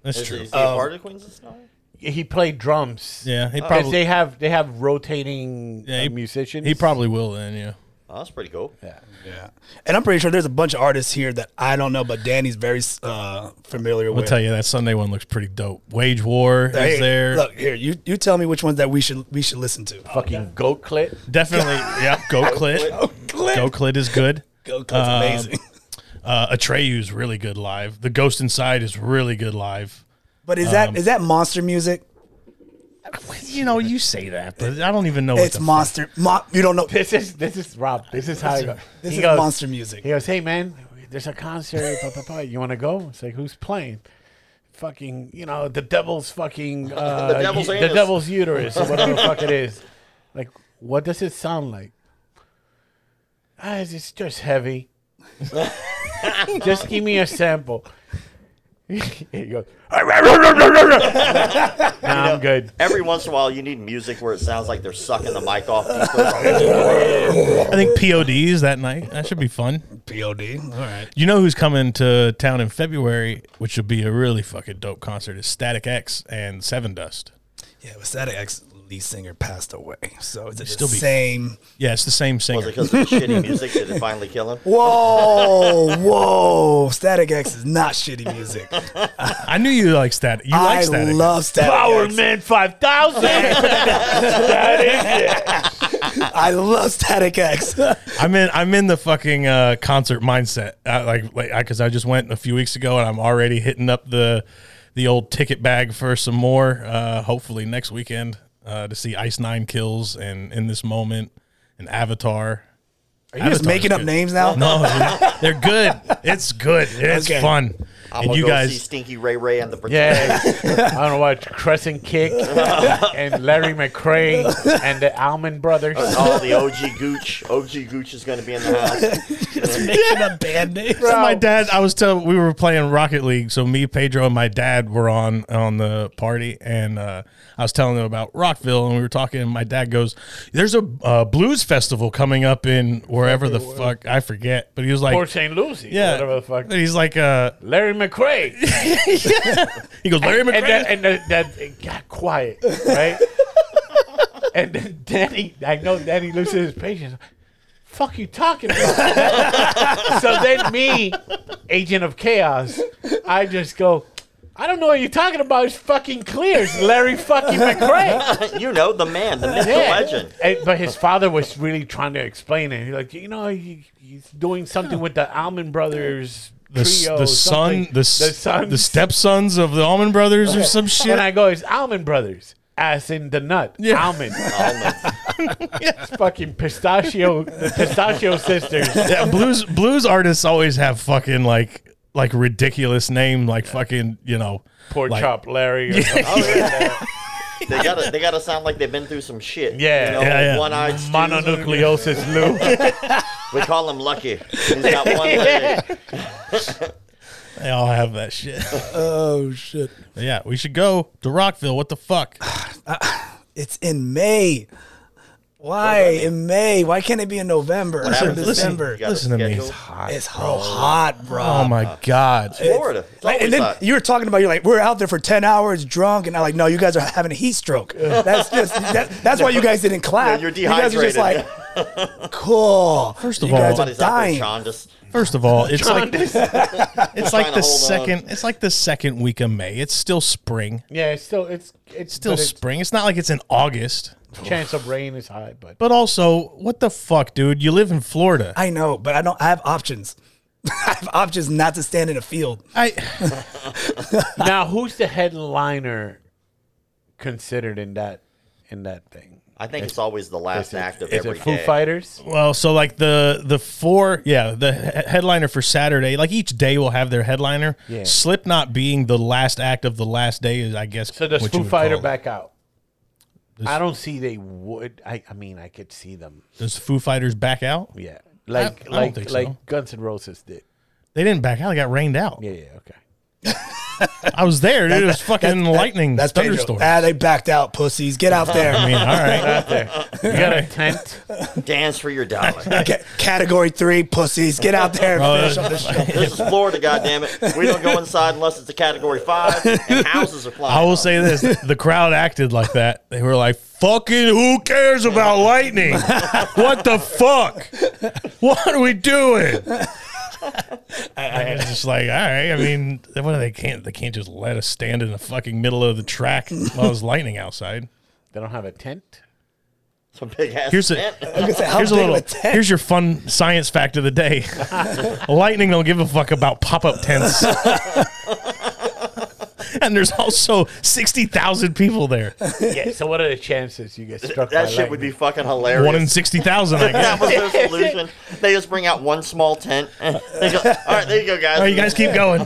B: That's
D: Is,
B: true.
D: is he a part of Queens of the Stone?
C: He played drums.
B: yeah, he
C: 'Cause
B: probably
C: they have they have rotating
B: Yeah,
C: uh,
B: he-
C: musicians.
B: he probably will then. Yeah.
D: Oh, that's pretty cool.
C: Yeah.
A: yeah. And I'm pretty sure there's a bunch of artists here that I don't know, but Danny's very uh, familiar
B: I'll
A: with.
B: tell you that Sunday one looks pretty dope. Wage War
A: Hey,
B: is there.
A: Look here, you you tell me which ones that we should we should listen to.
C: fucking goat clit.
B: Definitely, yeah. Go Clit.
A: Clint.
B: Go Clit is good.
A: Go, Clint's
B: Um,
A: amazing.
B: Uh, Atreyu's really good live. The Ghost Inside is really good live.
A: But is
B: um,
A: that is that monster music?
B: You know, you say that, but I don't even know.
A: It's monster. Mo- you don't know.
C: This is this is Rob. This is how he goes.
A: This
C: he
A: is
C: goes,
A: monster music.
C: He goes, hey man, there's a concert. blah, blah, blah. You want to go? It's like who's playing? Fucking, you know, the devil's fucking uh,
D: The devil's
C: u- the
D: anus.
C: devil's uterus or whatever the fuck it is. Like, what does it sound like? Ah, it's it's just heavy. just give me a sample. he goes, nah, I'm good.
D: Every once in a while, you need music where it sounds like they're sucking the mic off. people.
B: I think PODs that night. That should be fun.
A: Pod. All right.
B: You know who's coming to town in February, which will be a really fucking dope concert, is Static X and Seven Dust.
A: Yeah, but Static X lead singer passed away, so it's
B: Still
A: the
B: be-
A: same.
B: Yeah, it's the same
D: Was it
B: singer.
D: because of the shitty music that it finally kill him?
A: Whoa, whoa! Static X is not shitty music.
B: I knew you liked Static. You
A: I
B: like Static.
A: love Static
C: Power
A: X.
C: Man 5000.
A: I love Static X.
B: I'm in. I'm in the fucking uh, concert mindset. I, like, like, because I, just went a few weeks ago, and I'm already hitting up the the old ticket bag for some more. Uh, hopefully next weekend uh, to see Ice Nine Kills and in this moment and Avatar.
A: Are you just making up names now?
B: No, dude, they're good. It's good. It's
A: Okay.
B: fun.
D: I'm
B: and
D: gonna
B: you
D: go see
B: guys,
D: Stinky Ray Ray and the Pretenders.
C: Yeah, I don't know what Crescent Kick and Larry McRae and the Almond Brothers.
D: Oh, the OG Gooch. OG Gooch is going to be in the house.
A: Making up band names.
B: So my dad. I was telling we were playing Rocket League, so me, Pedro, and my dad were on on the party, and uh, I was telling them about Rockville, and we were talking. And my dad goes, "There's a uh, blues festival coming up in wherever the fuck I forget," but he was
C: Port
B: like.
C: St. Lucie.
B: Yeah,
C: Whatever the fuck.
B: And he's like, uh,
C: Larry McRae.
B: he goes, Larry
C: and
B: McRae.
C: then, and then, then it got quiet, right? and then Danny, I know Danny loses his patience. Fuck you talking about? so then me, agent of chaos, I just go. I don't know what you're talking about. It's fucking clear. It's Larry fucking McRae.
D: you know, the man, the myth, the
C: Yeah.
D: legend.
C: And- but his father was really trying to explain it. He's like, you know, he, he's doing something with the Almond Brothers
B: the,
C: trio.
B: s- the son,
C: something.
B: the, s-
C: the son,
B: the stepsons of the Almond Brothers or some shit.
C: And I go, it's Almond Brothers, as in the nut,
B: Yeah.
C: almond.
D: Almonds.
C: It's fucking pistachio, the pistachio sisters.
B: yeah, blues blues artists always have fucking like like ridiculous name like fucking you know
C: Pork
B: like,
C: chop Larry. Or something.
D: Oh, yeah. they gotta they gotta sound like they've been through some shit.
C: Yeah.
D: you know,
B: Yeah, yeah.
D: one-eyed Stews.
C: Mononucleosis Lou.
D: We call him Lucky. He's got one leg.
B: They all have that shit.
A: Oh shit!
B: yeah, we should go to Rockville. What the fuck?
A: It's in May. Why in May? Why can't it be in November or
D: happened to
A: December?
D: You got a
B: Listen to me.
D: schedule?
A: It's so hot, bro.
B: Oh my god.
D: Florida. It's
A: Like,
D: always
A: and then
D: hot.
A: you were talking about you're like we're out there for ten hours drunk, and I'm like, no, you guys are having a heat stroke. That's just that, that's why you guys didn't clap.
D: Yeah, you're
A: You guys are
D: dehydrated.
A: just like, cool.
B: First of
A: you guys
B: all-
A: are
D: Somebody's out there
A: dying.
D: jaundiced.
B: First of all, it's like it's
D: trying
B: like the
D: to hold on.
B: second it's like the second week of May. It's still spring.
C: yeah, it's still it's it's
B: Still
C: but it's-
B: spring. It's not like it's in August.
C: chance of rain is high, but
B: But also, what the fuck, dude? You live in Florida.
A: I know, but I don't. I have options. I have options not to stand in a field.
B: I
C: now who's the headliner considered in that in that thing?
D: I think it's always the last
C: Is it-
D: act of
C: is
D: every
C: it Foo
D: day.
C: Fighters?
B: well, so like the the four, yeah, the he- headliner for Saturday, like each day will have their headliner.
C: Yeah.
B: Slipknot being the last act of the last day is, I guess.
C: So does
B: what you
C: Foo
B: would call
C: Fighter
B: it.
C: back out? I don't see they would. I, I mean, I could see them.
B: Does Foo Fighters back out?
C: Yeah, like
B: don't
C: like
B: think so.
C: like Guns N' Roses did.
B: They didn't back out. They got rained out.
C: Yeah, yeah, okay.
B: I was there. Dude. It was fucking lightning
A: That's Pedro.
B: thunderstorm.
A: Ah, they backed out, pussies. Get out
B: I
A: there.
B: mean, all right.
C: Out there,
D: Uh.
C: you got a tent.
D: Dance for your dollar.
A: Ca- Category three, pussies. Get out there.
B: Oh,
A: and finish up the show.
D: this is Florida, goddammit. We don't go inside unless it's a Category Five, and houses are flying.
B: I will
D: off.
B: say this: the crowd acted like that. They were like, "Fucking, who cares about lightning? What the fuck? What are we doing?" I, I was just like, "All right." I mean, what they can't they can't just let us stand in the fucking middle of the track while there's lightning outside.
C: They don't have a tent.
D: some big ass.
B: Here's a-
D: tent.
A: I was gonna say, how
B: Here's a
A: big of
B: little.
A: tent?
B: Here's your fun science fact of the day. Lightning don't give a fuck about pop-up tents. and there's also sixty thousand people there.
C: Yeah. So what are the chances you get struck? by
D: That shit would be
C: lightning?
D: fucking hilarious.
B: One in sixty thousand, I guess.
D: that was their solution. They just bring out one small tent. and they go, All right, there you go, guys.
B: All right, you guys keep going.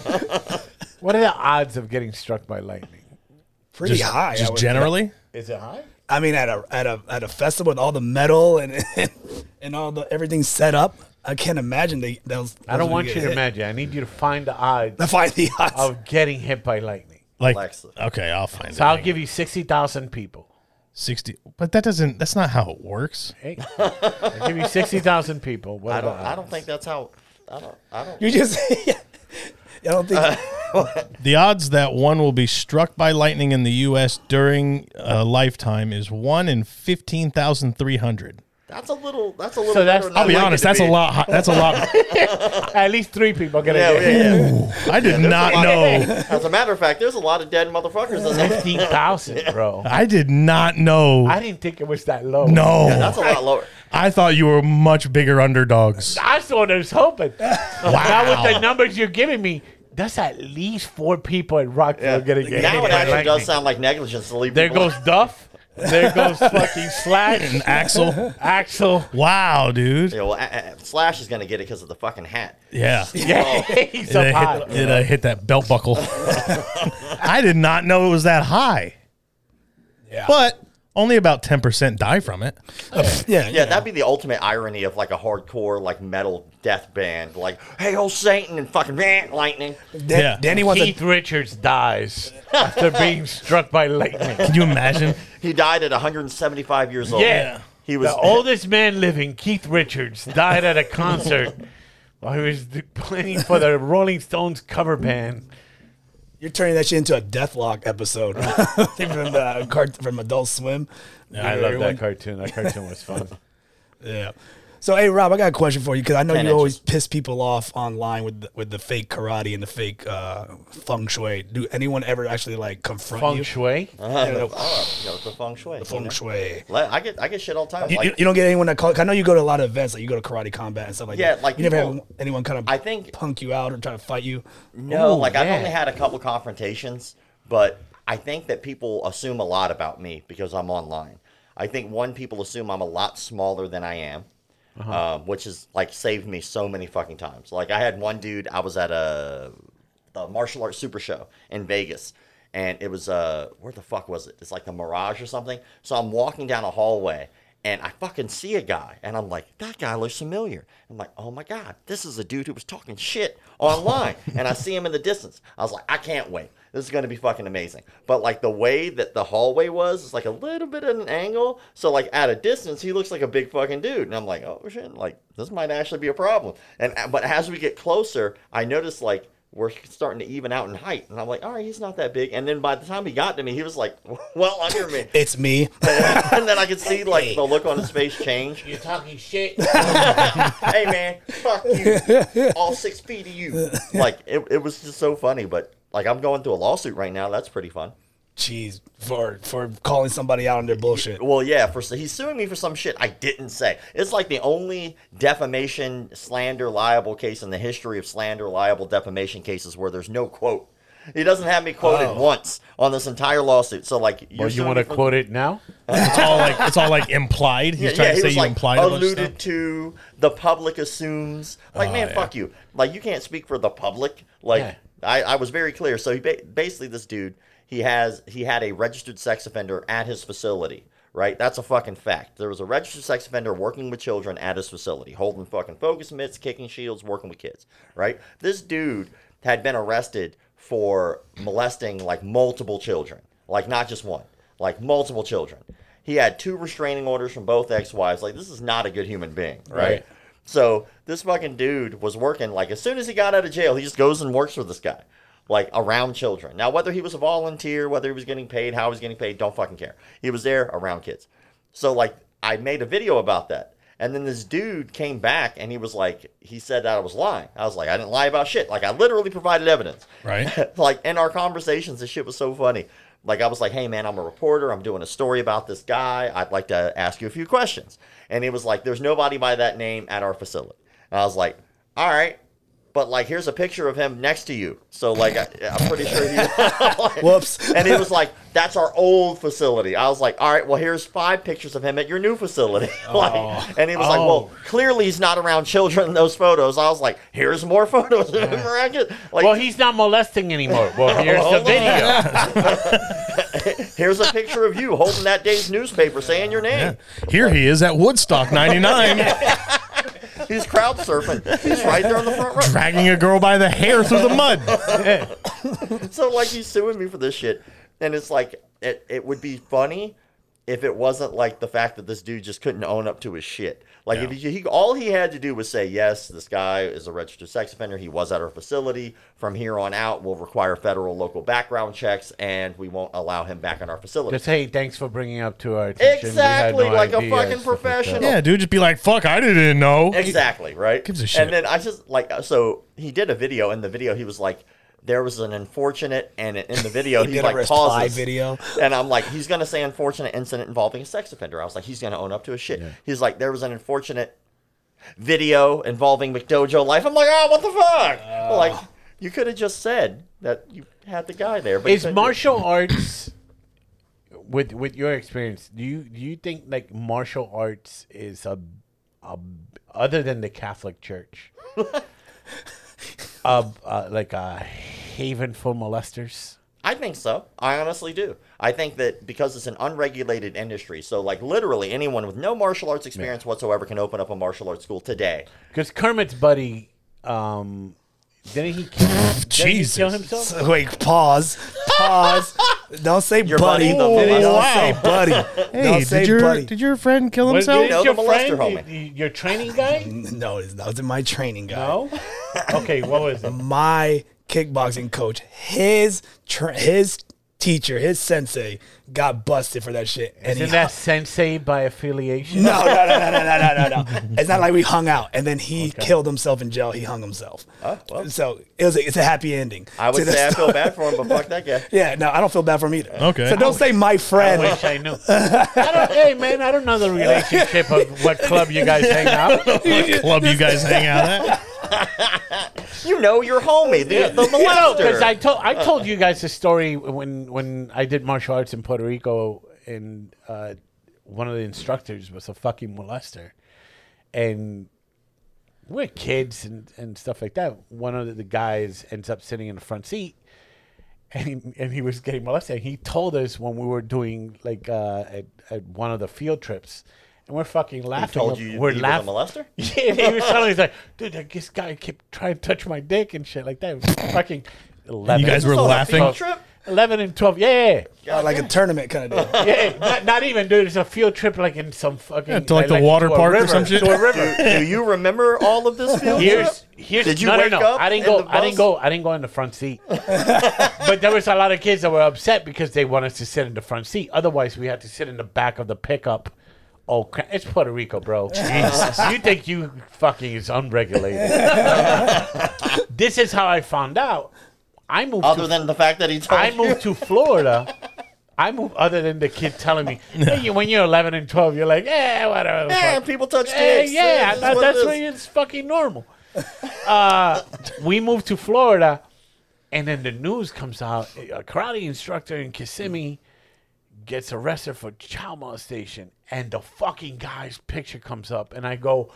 C: What are the odds of getting struck by lightning?
A: Pretty high. I
B: Just
A: would-
B: generally.
C: Is it high?
A: I mean, at a at a at a festival with all the metal and and all the everything set up, I can't imagine they those.
C: I don't
A: those would
C: want
A: get
C: you to
A: hit.
C: imagine. I need you to find the odds
A: I find the odds.
C: of getting hit by lightning.
B: Like
D: Alexa.
B: okay, I'll find
C: So
B: it.
C: I'll give you sixty thousand people.
B: Sixty, but that doesn't. That's not how it works.
C: Hey, I'll give you sixty thousand people. What
D: I
C: are the
D: don't. I don't
C: odds?
D: think that's how. I don't. I don't.
A: you just. I don't
C: Uh,
A: think
B: The odds that one will be struck by lightning in the U.S. during a lifetime is one in fifteen thousand three hundred.
D: That's a little. That's a little.
C: So that's-
D: better than
B: I'll
D: I'd
B: be
D: like it
B: honest.
D: to
B: That's a
D: be.
B: lot. hi- That's a lot.
C: at least three people get
D: Yeah,
C: yeah,
D: yeah.
C: hit.
D: yeah.
B: I did not
D: lot.
B: know.
D: As a matter of fact, there's a lot of dead motherfuckers in there.
C: Fifteen thousand, bro.
B: I did not know.
C: I didn't think it was that low.
B: no,
D: That's a lot lower.
B: I thought you were much bigger underdogs.
C: I sort of was hoping. Now with the
B: Wow.
C: numbers you're giving me, that's at least four people at Rockville getting hit.
D: Now it
C: by
D: actually
C: lightning.
D: does sound like negligence to leave.
C: There
D: people
C: goes Duff. There goes fucking Slash.
B: Axel.
C: Axel.
B: Wow, dude.
D: Yeah, well, a- a- Slash is gonna get it because of the fucking hat. Oh.
B: Yeah.
C: Yeah, he's
B: Did
C: up
B: I hit,
C: high.
B: did I hit that belt buckle? I did not know it was that high. But only about 10% die from it.
A: yeah,
D: Yeah, that'd be the ultimate irony of like a hardcore like metal death band, like "Hey, old Satan" and fucking "Meh, lightning.
A: Dan-
B: Yeah.
A: Danny wants
C: Keith Richards dies after being struck by lightning.
B: Can you imagine?
D: He died at 175 years old.
C: Oh, Yeah.
D: he was
C: The oldest man living, Keith Richards, died at a concert while he was d- playing for the Rolling Stones cover band.
A: a, you're turning that shit into a Deathlock episode from the cart from Adult Swim.
C: I love
A: Everyone-
C: that cartoon. That cartoon was fun.
A: Yeah. So hey Rob, I got a question for you because I know
D: Ten
A: you always piss people off online with the, with the fake karate and the fake uh, feng shui. Do anyone ever actually like confront
C: Feng
A: you?
C: Shui.
A: Yeah, no,
D: Oh, you know, the feng shui.
A: feng shui.
D: Le- I get I get shit all the time.
A: You,
D: like,
A: you- you don't get anyone that call. I know you go to a lot of events, like you go to karate combat and stuff like
D: Yeah,
A: that.
D: like
A: you never
D: people-
A: have anyone kind of
D: I think-
A: punk you out or try to fight you.
D: No, like I've
C: yeah.
D: only had a couple confrontations, but I think that people assume a lot about me because I'm online. I think one people assume I'm a lot smaller than I am, um, which is like saved me so many fucking times. Like I had one dude I was at a the martial arts super show in Vegas. And it was uh where the fuck was it? It's like the Mirage or something. So I'm walking down a hallway and I fucking see a guy and I'm like, that guy looks familiar. I'm like, oh my god, this is a dude who was talking shit online. and I see him in the distance. I was like, I can't wait. This is gonna be fucking amazing. But like the way that the hallway was, it's like a little bit at an angle. So like at a distance, he looks like a big fucking dude. And I'm like, oh shit, like this might actually be a problem. And uh, but as we get closer, I notice like we're starting to even out in height. And I'm like, all right, he's not that big. And then by the time he got to me, he was like, well under me.
A: It's me.
D: and then I could see like the look on his face change.
C: You're talking shit.
D: hey man, fuck you. All six feet of you. Like it, it was just so funny. But like I'm going through a lawsuit right now. That's pretty fun.
A: Jeez, for for calling somebody out on their bullshit.
D: Well, yeah, for he's suing me for some shit I didn't say. It's like the only defamation, slander, liable case in the history of slander, liable, defamation cases where there's no quote. He doesn't have me quoted
B: Oh.
D: once on this entire lawsuit. So like, you're
C: Well, you
D: suing
C: want to
D: me for-
C: quote it now?
B: It's all like it's all like implied. He's trying to say you implied a bunch of stuff. Oh,
D: alluded to. The public assumes. Like, man, fuck you. Like, you can't speak for the public. Like,
C: Yeah.
D: I, I was very clear. So he ba- basically, this dude, he has he had a registered sex offender at his facility. Right, that's a fucking fact. There was a registered sex offender working with children at his facility, holding fucking focus mitts, kicking shields, working with kids. Right, this dude had been arrested for molesting like multiple children, like not just one, like multiple children. He had two restraining orders from both ex-wives. Like this is not a good human being, right?
C: Right.
D: So this fucking dude was working like as soon as he got out of jail, he just goes and works for this guy, like around children. Now whether he was a volunteer, whether he was getting paid, how he was getting paid, don't fucking care. He was there around kids. So like I made a video about that. And then this dude came back and he was like, he said that I was lying. I was like, I didn't lie about shit. Like I literally provided evidence.
B: Right.
D: like in our conversations, this shit was so funny. Like I was like, "Hey man, I'm a reporter. I'm doing a story about this guy. I'd like to ask you a few questions." And he was like, "There's nobody by that name at our facility." And I was like, "All right, but like here's a picture of him next to you. So like I, I'm pretty sure he." like-
A: Whoops.
D: And he was like, "That's our old facility." I was like, "All right, well here's five pictures of him at your new facility." like, and he was like, "Well, clearly he's not around children in those photos." I was like, "Here's more photos of him around kids." Like,
C: Well, he's not molesting anymore. Well, here's the
D: Hold
C: video.
D: Here's a picture of you holding that day's newspaper saying your name.
B: Here he is at Woodstock '99,
D: He's crowd surfing. He's right there on the front row.
B: dragging a girl by the hair through the mud.
D: So like he's suing me for this shit. And it's like it, it would be funny if it wasn't like the fact that this dude just couldn't own up to his shit. Like if he, he all he had to do was say, Yes, this guy is a registered sex offender, he was at our facility. From here on out, we'll require federal local background checks and we won't allow him back in our facility.
C: Just hey, thanks for bringing up to our attention. We had
D: exactly,
C: no
D: like a
C: idea,"
D: fucking
C: stuff like that.
D: professional.
B: Yeah, dude, just be like, "Fuck, I didn't know."
D: Exactly, right?
B: Gives a
D: And
B: shit.
D: then I just like uh, so he did a video in the video he was like there was an unfortunate and in the video he,
A: did a
D: like
A: reply
D: pauses
A: video.
D: and I'm like he's going to say unfortunate incident involving a sex offender. I was like he's going to own up to his shit. He's like there was an unfortunate video involving McDojo life. I'm like, "Oh, what the fuck?" like you could have just said that you had the guy there, but you
C: Is
D: couldn't do it.
C: martial arts with with your experience? Do you do you think like martial arts is a, a other than the Catholic Church, a, uh, like a haven for molesters?
D: I think so. I honestly do. I think that because it's an unregulated industry, so like literally anyone with no martial arts experience whatsoever can open up a martial arts school today.
C: Because Kermit's buddy, um, didn't he kill, didn't he kill
B: Jesus.
C: himself?
A: So, wait, pause. Pause. Don't say buddy.
D: buddy, the
A: Don't
D: molester.
A: say buddy. Don't
B: Hey,
A: say
B: did your
A: buddy.
B: did your friend kill himself?
D: did- know the molester, homie.
C: y- y- your training guy?
A: no, it's not. It's in my training guy.
C: No. okay, what was it?
A: my kickboxing coach, his tra- his teacher, his sensei, got busted for that shit. And
C: Isn't
A: he-
C: that sensei by affiliation?
A: no, no, no, no, no, no, no, no, no. It's not like we hung out and then he killed himself in jail. He hung himself.
D: Oh, well.
A: So it was. A, it's a happy ending.
D: I would
A: to the
D: say I
A: story.
D: feel bad for him, but fuck that guy.
A: Yeah, no, I don't feel bad for him either.
B: Okay.
A: So don't say my
C: I
A: friend.
C: wish I knew. I don't, hey, man, I don't know the relationship of what club you guys hang out.
B: What club you guys hang out at?
D: You know your homie, the, the
C: Because
D: molester.
C: I told I told you guys the story when when I did martial arts in Puerto Rico, and uh, one of the instructors was a fucking molester, and we're kids and, and stuff like that. One of the guys ends up sitting in the front seat, and he, and he was getting molested. And he told us when we were doing like uh, at, at one of the field trips, and we're fucking laughing.
D: told you
C: we're
D: he was a
C: laugh-
D: molester?
C: Yeah, he was telling us like, dude, like, this guy kept trying to touch my dick and shit like that. It was fucking eleven.
B: guys were
D: It's on a
B: laughing?
D: field trip?
C: Eleven and twelve. Yeah.
A: Uh, like a tournament kind of deal.
C: Yeah, not, not even, dude. It's a field trip, like in some fucking
B: to, like, the water
C: to a
B: park or
C: river,
B: some shit?
C: To a river.
D: Do you remember all of this? Field
C: Here's
D: trip?
C: here's
D: Did you
C: no, no,
D: wake
C: no.
D: up
C: I didn't
D: in
C: go.
D: the
C: I didn't
D: bus?
C: go. I didn't go in the front seat. but there was a lot of kids that were upset because they wanted to sit in the front seat. Otherwise, we had to sit in the back of the pickup. Oh, cra- it's Puerto Rico, bro. you think you fucking is unregulated? this is how I found out. I moved
D: Other
C: to
D: than the fact that he told
C: I
D: you-
C: moved to Florida. I moved other than the kid telling me, hey, you- when you're 11 and 12, you're like, eh, whatever. the
D: yeah,
C: fuck."
D: people touch
C: Eh,
D: dicks.
C: yeah,
D: It's
C: that-
D: what it
C: that's
D: is.
C: what it's fucking normal. Uh, we moved to Florida, and then the news comes out: a karate instructor in Kissimmee gets arrested for child molestation, and the fucking guy's picture comes up, and I go.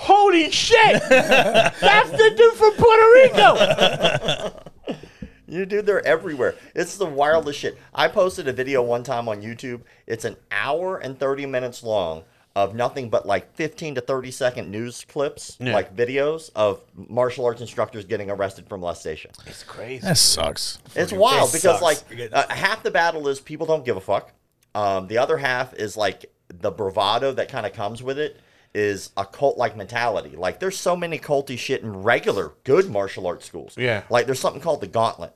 C: Holy shit! That's the dude from Puerto Rico.
D: You dude, they're everywhere. It's the wildest shit. I posted a video one time on YouTube. It's an hour and thirty minutes long of nothing but like fifteen to thirty second news clips, like videos of martial arts instructors getting arrested for molestation.
C: It's crazy.
B: That sucks.
D: It's wild
A: It
D: because
A: sucks.
D: like uh, half the battle is people don't give a fuck. Um, the other half is like the bravado that kind of comes with it is a cult like mentality. Like there's so many culty shit in regular good martial arts schools.
C: Yeah.
D: Like there's something called the gauntlet.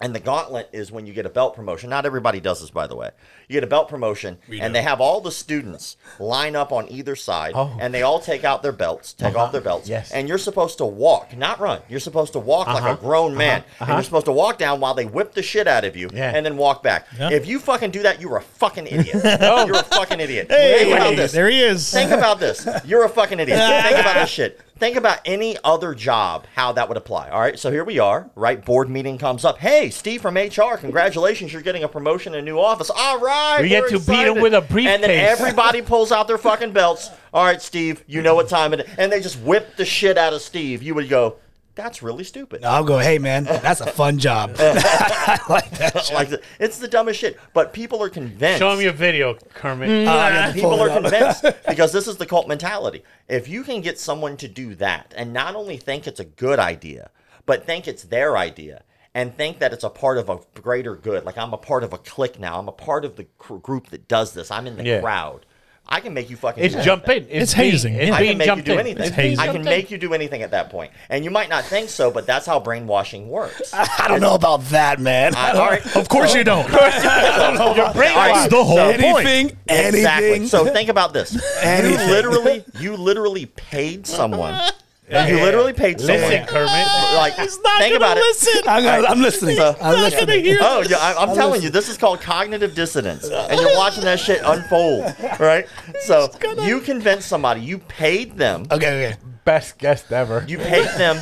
D: And the gauntlet is when you get a belt promotion. Not everybody does this, by the way. You get a belt promotion, and they have all the students line up on either side, and they all take out their belts, take off their belts,
C: Oh. Uh-huh. Yes. Uh-huh.
D: and you're supposed to walk, not run. You're supposed to walk like a grown man, and you're supposed to walk down while they whip the shit out of you,
C: Yeah.
D: and then walk back. If you fucking do that, you're a fucking idiot. You're a fucking idiot. Think about this.
B: there he is.
D: Think about this. You're a fucking idiot. Think about this shit. Think about any other job, how that would apply. All right, so here we are, right? Board meeting comes up. Hey, Steve from HR, congratulations, you're getting a promotion in a new office. All right.
C: We get
D: we're
C: to beat 'em
D: excited.
C: with a
D: And then
C: briefcase.
D: everybody pulls out their fucking belts. All right, Steve, you know what time it is. And they just whip the shit out of Steve. You would go, that's really stupid.
A: I'll go, hey, man, that's a fun job. I like that.
D: Like, it's the dumbest shit. But people are convinced.
C: Show him your video, Kermit. Uh,
D: People are convinced because this is the cult mentality. If you can get someone to do that and not only think it's a good idea, but think it's their idea and think that it's a part of a greater good, like I'm a part of a clique now, I'm a part of the cr- group that does this, I'm in the
C: Yeah.
D: crowd. I can make you fucking
C: It's
D: do
C: jump
D: anything.
C: in. It's,
B: It's
C: being-
B: hazing,
C: It's
B: yeah.
D: I
C: being
D: can make you
C: jumped
D: do
C: in.
D: anything.
B: It's hazing.
D: I can make you do anything at that point. And you might not think so, but that's how brainwashing works.
A: I don't know about that, man.
D: I- all right.
B: Of course you don't. That's the whole point.
A: anything, anything.
D: Exactly. So think about this. you
A: Anything.
D: literally, you literally paid someone. You literally paid someone.
C: Listen, Kermit.
D: Like, think about it.
A: I'm, gonna, I'm listening.
D: So-
A: I'm listening.
D: Oh, yeah, I, I'm telling you, this is called cognitive dissonance, and you're watching that shit unfold, right? So you convince somebody, you paid them,
A: Okay, okay,
C: Best guest ever.
D: you paid them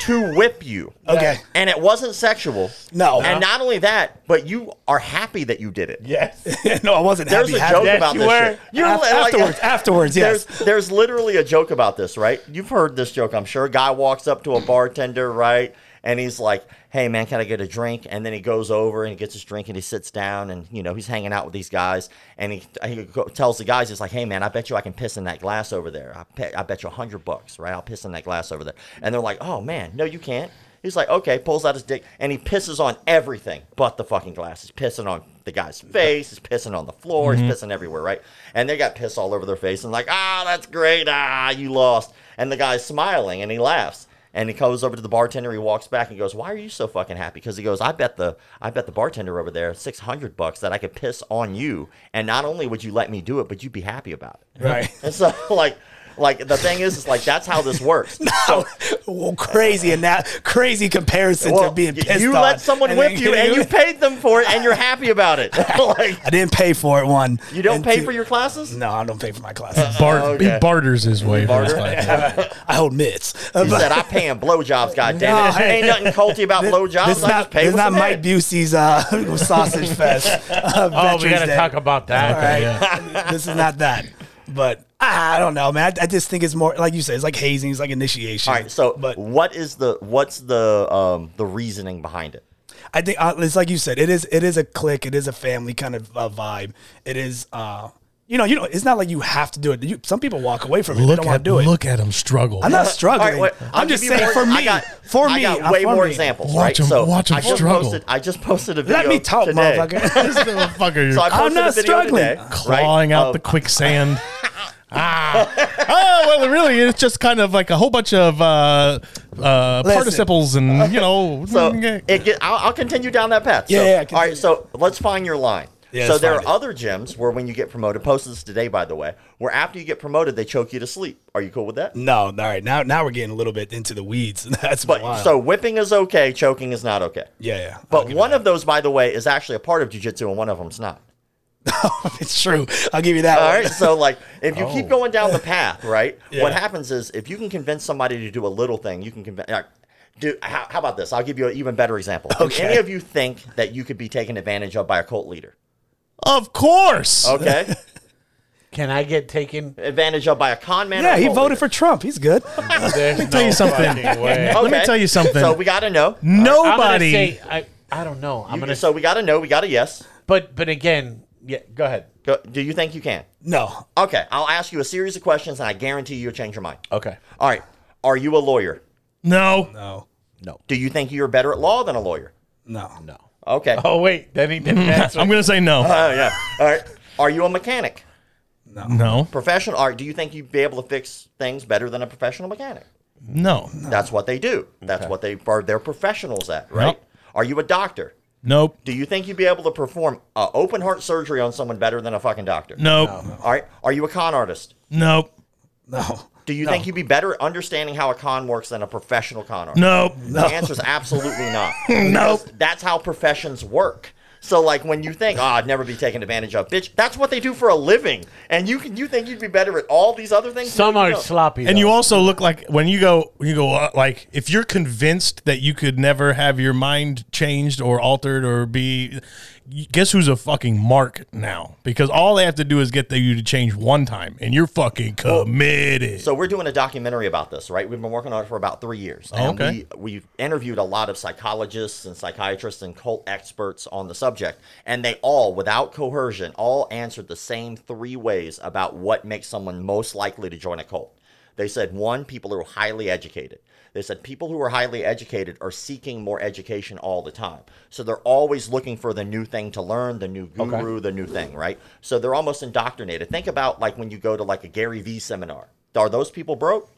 D: to whip you,
A: okay.
D: and it wasn't sexual.
A: No, Uh-huh. Uh,
D: And not only that, but you are happy that you did it.
C: yes.
A: no, I wasn't
D: There's
A: happy.
D: a
A: happy.
D: joke
C: Yes,
D: about
C: you
D: this
C: were.
D: shit. You're
A: Af-
D: li- like-
A: afterwards, afterwards, yes.
D: There's there's literally a joke about this, right? You've heard this joke, I'm sure. Guy walks up to a bartender, right? And he's like, "Hey man, can I get a drink?" And then he goes over and he gets his drink and he sits down and you know he's hanging out with these guys and he, he go, tells the guys, "He's like, hey man, I bet you I can piss in that glass over there. I, pe- I bet you a hundred bucks, right? I'll piss in that glass over there." And they're like, "Oh man, no, you can't." He's like, okay, pulls out his dick and he pisses on everything but the fucking glass. He's pissing on the guy's face, he's pissing on the floor, he's pissing everywhere, right? And they got piss all over their face and like, ah, that's great, ah, you lost. And the guy's smiling and he laughs. And he goes over to the bartender, he walks back and he goes, Why are you so fucking happy? Because he goes, I bet the I bet the bartender over there six hundred bucks that I could piss on you and not only would you let me do it, but you'd be happy about it.
A: right.
D: And so, like, Like the thing is, is like that's how this works.
A: well, crazy and that crazy comparison
D: Well,
A: to being
D: y-
A: pissed
D: you
A: on
D: let someone
A: and
D: whip
A: then
D: you, and you paid them for it, and you're happy about it. like
A: I didn't pay for it. One,
D: you don't
A: And
D: pay
A: two-
D: for your classes.
A: No, I don't pay for my classes.
B: Bart,
D: okay.
B: He barters his way. for his
D: Barter?
B: life.
A: I hold mitts.
D: He Uh-uh. said, "I paying blowjobs, goddamn it.
A: No.
D: Ain't nothing culty about blowjobs.
A: This
D: I just
A: not,
D: pay
A: this
D: what's
A: not
D: in my
A: Mike Busey's uh, sausage fest. Uh,
C: Oh, we
A: Veterans
C: gotta
A: Day.
C: talk about that.
A: All right, this is not that. But I, I don't know, man. I, I just think it's more like you said. It's like hazing. It's like initiation.
D: All right. So,
A: but
D: what is the what's the um the reasoning behind it?
A: I think uh, it's like you said. It is. It is a clique. It is a family kind of uh, vibe. It is. Uh, you know. You know. It's not like you have to do it. You, some people walk away from it. they
B: Look
A: don't want
B: at
A: to do it.
B: look at him struggle.
A: I'm not struggling.
D: All right, wait, I'll
A: I'm just
D: give you
A: saying.
D: more-
A: for me,
D: I got,
A: for me,
D: I got
A: uh,
D: way
A: for
D: more
A: me.
D: examples.
B: Watch
D: right?
B: him-
D: so
B: watch him
D: I just
B: struggle.
D: posted. I just posted a video.
A: Let me talk,
D: today.
A: motherfucker.
B: This motherfucker, you're
D: So I
A: I'm
D: posted
A: not
D: a video
A: struggling.
D: Today, right,
B: clawing out
D: of-
B: the quicksand. ah. Oh, well, really, it's just kind of like a whole bunch of uh, uh,
A: Listen.
B: participles and, you know. mm,
D: So it get, I'll, I'll continue down that path.
A: Yeah,
D: so,
A: yeah,
D: all right.
A: continue.
D: So let's find your line.
A: Yeah,
D: so
A: let's
D: there are
A: find it.
D: other gyms where when you get promoted, posted this today, by the way, where after you get promoted, they choke you to sleep. Are you cool with that?
A: No, all right. Now, now we're getting a little bit into the weeds. That's
D: But
A: wild.
D: so whipping is okay, choking is not okay.
A: yeah, yeah.
D: But one of those, by the way, is actually a part of jujitsu, and one of them's not.
A: it's true. I'll give you that.
D: All
A: one.
D: right. So, like, if you keep going down the path, right? What
A: Oh. Yeah.
D: happens is if you can convince somebody to do a little thing, you can convince. Like, do, how, how about this? I'll give you an even better example. Do
A: Okay.
D: any of you think that you could be taken advantage of by a cult leader?
B: of course.
D: Okay.
C: Can I get taken?
D: advantage of by a con man. or
A: Yeah,
D: a
A: he
D: cult
A: voted
D: leader?
A: for Trump. He's good.
C: Let me
B: tell you something. Let me
D: Okay.
B: tell you something.
D: So we got to know.
B: Nobody.
C: Say, I, I don't know. I'm
D: You-
C: gonna.
D: so we got to know. We got to yes.
C: but but again, yeah. Go ahead.
D: Go, do you think you can?
A: No,
D: Okay. I'll ask you a series of questions, and I guarantee you'll change your mind.
C: Okay.
D: All right. Are you a lawyer?
B: no.
A: no,
D: Do you think you're better at law than a lawyer?
A: no, no.
D: Okay. Oh,
C: Oh wait, then he didn't answer.
B: I'm going to say no.
D: yeah. All right. Are you a mechanic?
B: no.
D: Professional art. Do you think you'd be able to fix things better than a professional mechanic?
B: No.
D: That's what they do. That's what they are. They're professionals at, right?
B: Nope.
D: Are you a doctor?
B: Nope.
D: Do you think you'd be able to perform uh, open heart surgery on someone better than a fucking doctor?
B: Nope.
D: All right. Are you a con artist?
B: Nope.
A: no.
D: Do you think you'd be better at understanding how a con works than a professional con artist?
B: Nope.
D: The answer is absolutely not. no. That's how professions work. So like when you think, oh, I'd never be taken advantage of, bitch, that's what they do for a living. And you can you think you'd be better at all these other things?
C: Some
D: No, you
C: are
D: don't.
C: sloppy.
B: And you
C: though.
B: also look like when you go, you go uh, like if you're convinced that you could never have your mind changed or altered or be, you- guess who's a fucking mark now? Because all they have to do is get you to change one time, and you're fucking committed.
D: So we're doing a documentary about this, right? We've been working on it for about three years.
C: Oh,
D: And
B: okay.
D: we, we've interviewed a lot of psychologists and psychiatrists and cult experts on the subject, and they all, without coercion, all answered the same three ways about what makes someone most likely to join a cult. They said one, people who are highly educated. They said people who are highly educated are seeking more education all the time. So they're always looking for the new thing to learn, the new guru, the new thing, right? So they're almost indoctrinated. Think about like when you go to like a Gary Vee seminar. Are those people broke?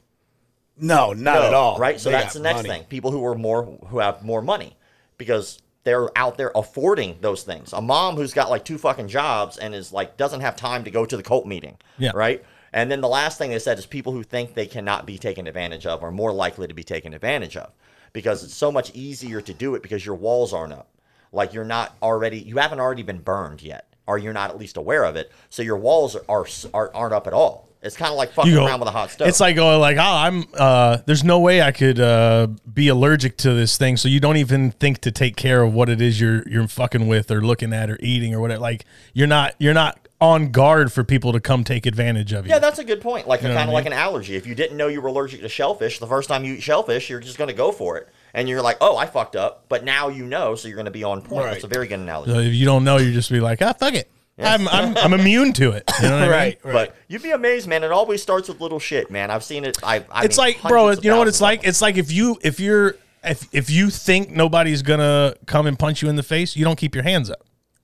A: No, not at all.
D: Right. So
A: They got
D: that's the next
A: money.
D: thing. People who are more who have more money because they're out there affording those things. A mom who's got like two fucking jobs and is like doesn't have time to go to the cult meeting.
B: Yeah.
D: Right. And then the last thing they said is people who think they cannot be taken advantage of are more likely to be taken advantage of because it's so much easier to do it because your walls aren't up. Like you're not already, you haven't already been burned yet, or you're not at least aware of it. So your walls are, are, are aren't up at all. It's kind of like fucking
B: you go,
D: around with a hot stove.
B: It's like going like, oh, I'm. Uh, there's no way I could uh, be allergic to this thing. So you don't even think to take care of what it is you're you're fucking with or looking at or eating or whatever. Like you're not you're not on guard for people to come take advantage of you.
D: Yeah, that's a good point. Like kind
B: what
D: of
B: I
D: like an allergy. If you didn't know you were allergic to shellfish, the first time you eat shellfish, you're just going to go for it, and you're like, "Oh, I fucked up," but now you know, so you're going to be on point.
A: Right.
D: That's a very good analogy.
B: So if you don't know, you just be like, ah, fuck it. I'm, I'm, I'm immune to it. You know what I mean?
A: Right, right.
D: But you'd be amazed, man. It always starts with little shit, man. I've seen it. I, I
B: It's
D: mean,
B: like, bro,
D: hundreds of
B: you know what it's
D: thousands
B: like? It's like if you, if you're, if, if you think nobody's gonna come and punch you in the face, you don't keep your hands up.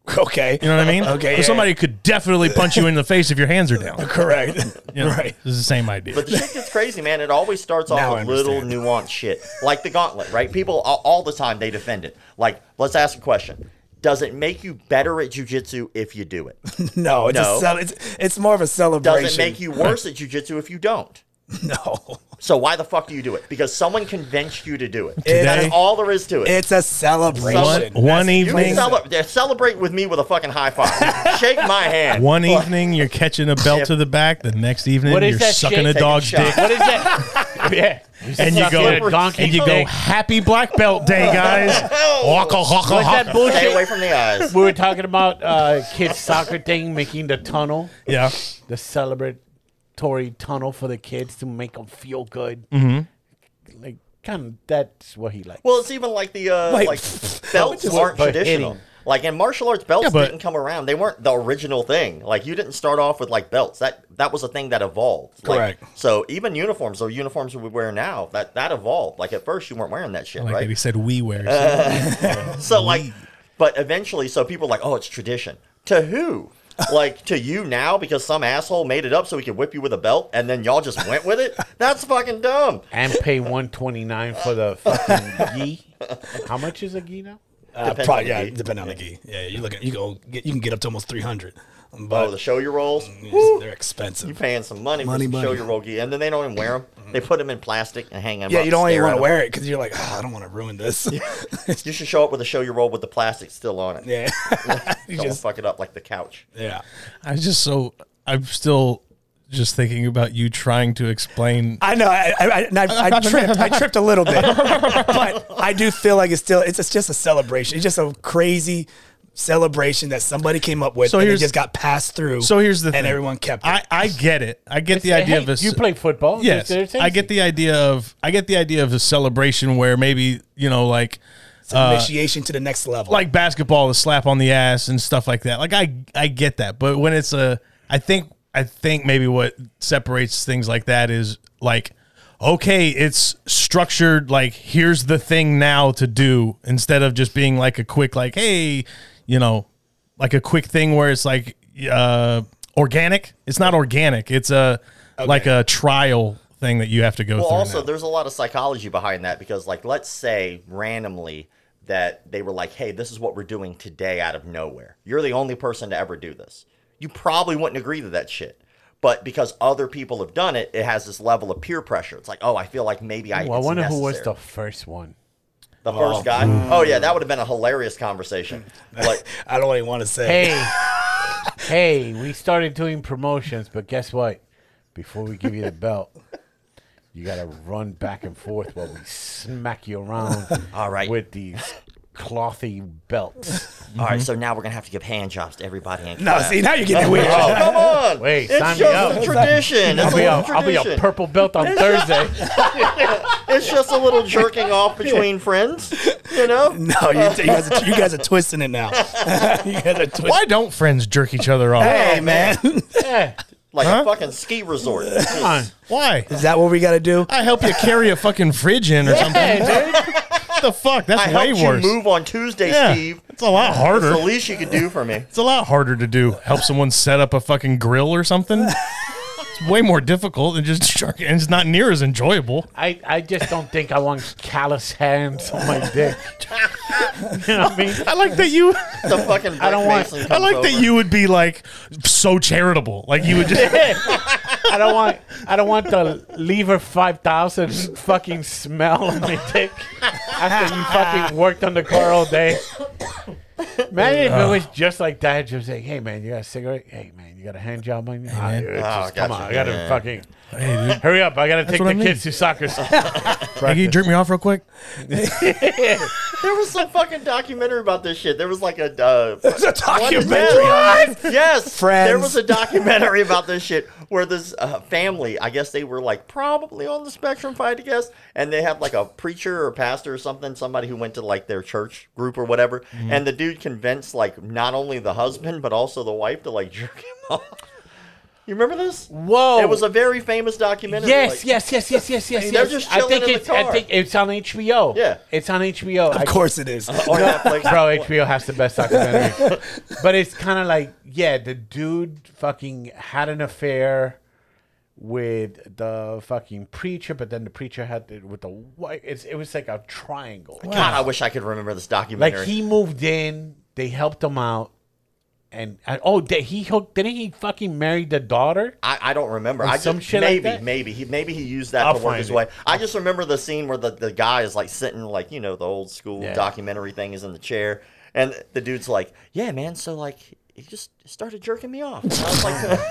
A: Okay.
B: You know what I mean?
A: Okay.
B: Because
A: yeah,
B: somebody could definitely punch you in the face if your hands are down.
A: yeah. Correct.
B: You know,
A: Right.
B: It's the same idea.
D: But the shit gets crazy, man. It always starts
A: Now
D: off
A: I
D: with little
A: understand.
D: nuanced shit, like the gauntlet, right? People all, all the time they defend it. Like, let's ask a question: Does it make you better at jujitsu if you do it?
A: No, it's,
D: No.
A: A cel- it's it's more of a celebration.
D: Does it make you worse at jujitsu if you don't?
A: No,
D: So why the fuck do you do it? Because someone convinced you to do it.
A: Today-
D: That is all there is to it.
A: it's a celebration.
B: One,
D: Someone-
B: one
D: you can
B: evening,
D: cele- celebrate with me with a fucking high five. Shake my hand.
B: one evening you're catching a belt
D: If-
B: to the back. The next evening
C: What
B: you're
C: is that
B: sucking
C: shit?
B: a
C: Take a
B: dog's
D: shot.
B: dick,
C: What is that? yeah.
B: and you
C: Suck
B: go
C: it, donkey
B: and you go
C: dick.
B: happy black belt day, guys. Waka, waka,
C: What's that
B: waka.
D: Stay away
C: bullshit?
D: from the eyes.
C: We were talking about uh, kids' soccer thing, making the tunnel,
B: Yeah,
C: the celebratory tunnel for the kids to make them feel good.
B: Mm-hmm.
C: Like, kind of, that's what he likes.
D: Well, it's even like the uh,
A: Wait,
D: like
A: how would
D: belts
A: you-
D: aren't
C: But
D: traditional.
C: hitting.
D: Like in martial arts, belts
B: Yeah, but-
D: didn't come around. They weren't the original thing. Like you didn't start off with like belts. That that was a thing that evolved. Like,
A: Correct.
D: So even uniforms, or uniforms we wear now, that that evolved. Like at first, you weren't wearing that shit,
B: like
D: right?
B: that he said we wear.
D: So like, but eventually, so people are like, oh, it's tradition. To who? like to you now because some asshole made it up so he could whip you with a belt and then y'all just went with it? That's fucking dumb.
C: and pay 129 for the fucking gi. How much is a gi now?
A: Uh,
D: Depends on
A: probably,
D: the
A: yeah,
D: gi.
A: depending on the gi. Yeah, you look at you go get, you can get up to almost three hundred, but
D: Oh, the show your rolls.
A: it's- they're expensive.
D: You paying some money,
A: Money,
D: for some
A: money. Mm-hmm.
D: show your roll gi, and then they don't even wear them. They put them in plastic and hang them.
A: yeah,
D: up,
A: you don't even
D: stare at
A: want to
D: 'em.
A: wear it because you're like, "Ah, I don't want to ruin this.
D: You should show up with a show your roll with the plastic still on it.
A: yeah,
D: don't fuck it up like the couch.
A: yeah.
B: I just so I'm still just thinking about you trying to explain.
A: I know. I, I, I, and I, I tripped. I tripped a little bit, but I do feel like it's still. It's, it's just a celebration. It's just a crazy celebration that somebody came up with,
B: So
A: and it
B: here's-
A: just got passed through.
B: So here's the
A: and
B: thing.
A: everyone kept it.
B: I, I get it. I get the idea
C: Hey,
B: of a
C: You play football.
B: Yes,
C: There's- there's
B: I get the idea of I get the idea of a celebration where maybe you know like
A: it's an initiation to the next level.
B: uh, like basketball, the slap on the ass and stuff like that. Like I I get that, but when it's a I think I think maybe what separates things like that is like okay, it's structured like here's the thing now to do instead of just being like a quick like hey, you know, like a quick thing where it's like uh organic. It's not organic. It's a like a trial thing that you have to go
D: Well,
B: through.
D: also,
B: now.
D: there's a lot of psychology behind that because, like, let's say randomly that they were like, hey, this is what we're doing today out of nowhere. You're the only person to ever do this. You probably wouldn't agree to that shit. But because other people have done it, it has this level of peer pressure. It's like, oh, I feel like maybe I.
C: Well, I
D: it's
C: wonder who was Mm.
D: necessary.
C: the first one.
D: The first guy. Oh yeah, that would have been a hilarious conversation. Like,
A: I don't even want to say.
C: Hey, hey, we started doing promotions, but guess what? Before we give you the belt, you got to run back and forth while we smack you around
D: all right,
C: with these clothy belts.
D: all right. So now we're gonna have to give hand jobs to everybody. In
A: no,
B: uh,
D: class.
A: see now you're getting weird.
D: Oh, come on.
C: Wait, sign
D: it's
C: me
D: just
C: up.
D: a tradition. It's
C: I'll be,
D: a
C: a,
D: little
C: I'll be a
D: tradition.
C: purple belt on Thursday.
D: It's just a little jerking off between friends. You know.
A: No, you, you guys, are, you guys are twisting it now. you guys are twisting.
B: why don't friends jerk each other off?
A: Hey man,
C: Yeah.
D: Like a fucking ski resort. It's just-
C: Come on.
B: Why?
A: is that what we got to do?
B: I help you carry a fucking fridge in or something.
C: Hey, dude.
B: What the fuck? That's
D: I
B: way
D: helped
B: worse.
D: you move on Tuesday,
B: yeah,
D: Steve.
B: it's a lot
D: It's
B: harder.
D: the least you could do for me.
B: It's a lot harder to do. Help someone set up a fucking grill or something. It's way more difficult than just jerk, and it's not near as enjoyable.
C: I, I just don't think I want callous hands on my dick. you know what I mean?
B: I like that you.
D: The fucking. Brick
C: I don't want-
D: Mason
B: I
D: comes
B: like that
D: over.
B: you would be like so charitable. Like you would just.
C: I don't want I don't want the lever five thousand fucking smell on my dick after you fucking worked on the car all day. Imagine if it was just like that, just like, hey man, you got a cigarette? Hey man, you got a hand job on you? Ah, dude, just-
D: Oh,
C: come
D: gotcha.
C: on, I gotta
D: Yeah.
C: fucking
B: Hey, dude.
C: hurry up. I gotta take
B: what
C: the
B: I mean.
C: kids to soccer.
B: Hey, can you jerk me off real quick?
D: There was some fucking documentary about this shit. There was like a. Uh,
A: It's a documentary.
D: Yes, yes.
A: Friends.
D: There was a documentary about this shit where this uh, family, I guess they were like probably on the spectrum, if I had to guess, and they had like a preacher or pastor or something, somebody who went to like their church group or whatever,
C: Mm-hmm.
D: and the dude convinced like not only the husband but also the wife to like jerk him off. You remember this?
C: Whoa.
D: It was a very famous documentary.
C: Yes,
D: like-
C: yes, yes, yes, yes, yes,
D: they're
C: yes.
D: just
C: I
D: chilling
C: think
D: in the
C: it's I
D: car.
C: think it's on HBO.
D: Yeah.
C: It's on HBO. I
A: Of course it
B: Uh,
A: is.
B: oh.
D: Or Netflix.
C: Bro, HBO has the best documentary. but it's kind of like, yeah, the dude fucking had an affair with the fucking preacher, but then the preacher had it with the wife. It's, it was like a triangle.
D: God, I wish I could remember this documentary.
C: Like he moved in They helped him out, and I, oh, did he hooked? Didn't he fucking marry the daughter?
D: I, I don't remember. I just,
C: some shit like
D: maybe,
C: that?
D: maybe he maybe he used that
C: I'll
D: to work
C: find
D: his
C: it.
D: way. I just remember the scene where the, the guy is like sitting like you know the old school
C: Yeah.
D: documentary thing is in the chair, and the dude's like, "Yeah, man." So like he just started jerking me off. And I was like,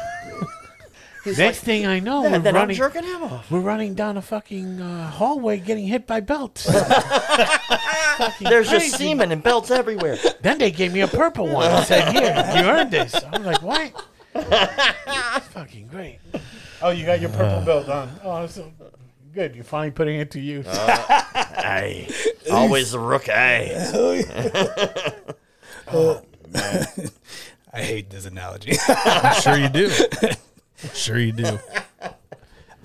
D: He's
C: Next
D: like,
C: thing I know,
D: "Yeah,
C: we're
D: then I'm
C: running.
D: jerking him off.
C: We're running down a fucking uh, hallway, getting hit by belts.
D: There's just semen and belts everywhere.
C: then they gave me a purple one. and said, "Here, you earned this." I'm like, "What?" It's fucking great. Oh, you got your purple belt on. Oh, so good. You're finally putting it to use.
D: Aye. always the rook. Aye.
A: I hate this analogy.
B: I'm sure you do. I'm sure you do.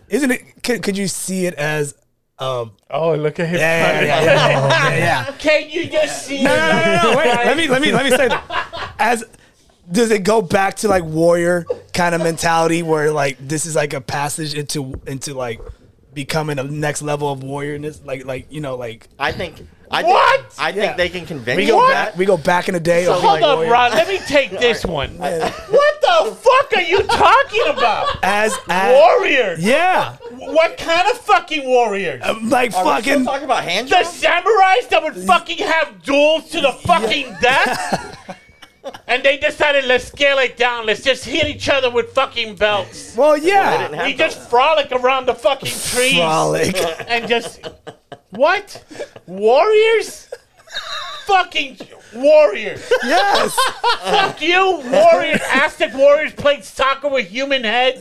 A: Isn't it? Could, could you see it as? Um,
C: oh, look at him.
A: yeah, yeah, yeah, yeah, yeah, yeah.
C: Can't you just see?
A: No, no, no, no, no, wait. let me let me let me say that. As does it go back to like warrior kind of mentality where like this is like a passage into into like becoming a next level of warriorness like like you know like
D: I think. I
C: What?
D: Think, I think
A: Yeah.
D: they can convince
A: we go
D: you
A: back we go back in the day
D: So
A: of
D: hold
A: like
C: Hold up,
A: warrior-
C: Rod. Let me take this one. What the fuck are you talking about?
A: as as
C: Warriors.
A: yeah
C: What kind of fucking warriors?
A: like
D: Are we still
A: fucking
D: talking about hand
C: The
D: jobs?
C: samurais that would fucking have duels to the fucking death? And they decided, let's scale it down. Let's just hit each other with fucking belts.
A: well
D: They
A: yeah
D: didn't have
C: We
D: those.
C: just frolic around the fucking trees
A: frolic
C: and just. What? Warriors? fucking warriors.
A: yes
C: Fuck you, warrior. Aztec warriors played soccer with human heads.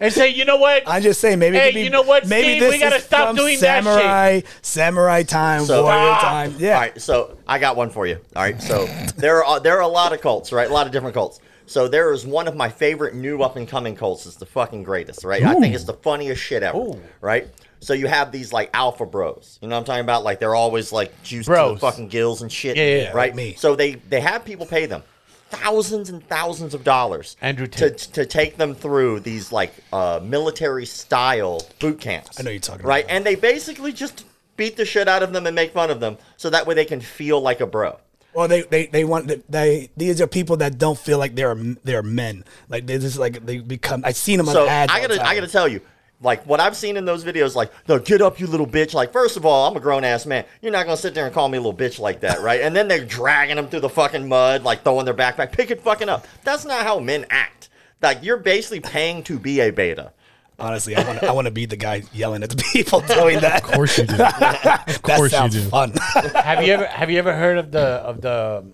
C: and say, you know what?
A: I'm just saying maybe it
C: Hey,
A: could be,
C: you know what,
A: maybe
C: Steve?
A: this
C: We gotta
A: is
C: stop
A: from
C: doing that shit. Ah.
A: samurai samurai time
D: So-
A: warrior
C: Stop.
A: time yeah
D: All right, so I got one for you. All right, so there are there are a lot of cults, right? A lot of different cults. So there is one of my favorite new up and coming cults. It's the fucking greatest, right? I think it's the funniest shit ever, right? So you have these like alpha bros. You know what I'm talking about? Like they're always like juiced to the
C: Bros.
D: fucking gills and shit,
C: Yeah, yeah, yeah.
D: right?
A: Me.
D: So they they have people pay them thousands and thousands of dollars
C: Andrew
D: to,
C: Tate.
D: to take them through these like uh, military style boot camps.
A: I know you're talking about
D: right?
A: that.
D: and they basically just beat the shit out of them and make fun of them so that way they can feel like a bro
A: Well, they, they, they want they these are people that don't feel like they're they're men. Like they just like they become. I've seen them
D: so
A: on ads.
D: i
A: all
D: gotta
A: the time.
D: i gotta tell you like what i've seen in those videos like no get up you little bitch like first of all i'm a grown-ass man you're not gonna sit there and call me a little bitch like that right and then they're dragging them through the fucking mud like throwing their backpack pick it fucking up that's not how men act like you're basically paying to be a beta
A: honestly, I want I want to be the guy yelling at the people doing that.
B: Of course you do. Of course
A: that
B: you
A: sounds
B: do.
A: fun.
C: have you ever have you ever heard of the of the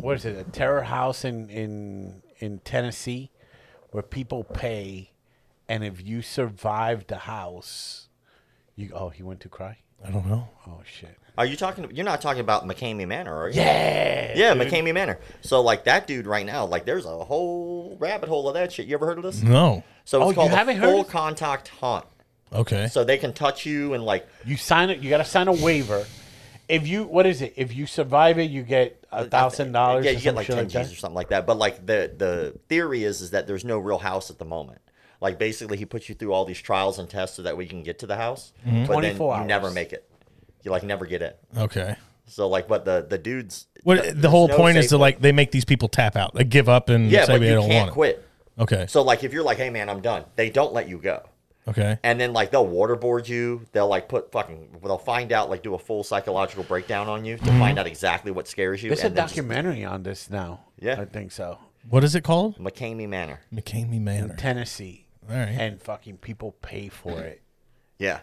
C: what is it a terror house in in in Tennessee where people pay and if you survive the house you oh he went to cry
B: I don't know.
C: oh shit
D: are you talking you're not talking about mccamey manor are you
C: yeah
D: yeah, McCamey Manor. So like that dude right now, like there's a whole rabbit hole of that shit. You ever heard of this?
B: No.
D: So
C: Oh,
D: it's
C: you
D: called
C: haven't
D: a
C: heard
D: full
C: of-
D: contact haunt.
B: Okay.
D: So they can touch you and like
C: you sign it you got to sign a waiver if you what is it if you survive it you get a thousand dollars
D: Yeah,
C: or
D: you
C: some
D: get like
C: shit
D: ten
C: like that.
D: G's or something like that. But like the the theory is is that there's no real house at the moment. Like basically, he puts you through all these trials and tests so that way you can get to the house. But then
C: 24
D: you never
C: hours.
D: make it. You like never get it.
B: Okay.
D: So like, but the the dudes. th-
B: What the
D: there's
B: whole
D: no
B: point is
D: safe
B: to
D: way.
B: like they make these people tap out. They give up and
D: Yeah,
B: say
D: but
B: they
D: you
B: don't want
D: can't
B: it.
D: quit.
B: Okay.
D: So like, if you're like, hey man, I'm done. They don't let you go.
B: okay.
D: and then like they'll waterboard you. They'll like put fucking. They'll find out like do a full psychological breakdown on you to find out exactly what scares you.
C: There's a
D: and then just-
C: documentary on this now.
D: Yeah.
C: I think so.
B: What is it called?
D: McCamey Manor.
B: McCamey Manor.
C: Tennessee.
B: All right.
C: And fucking people pay for it.
D: Yeah,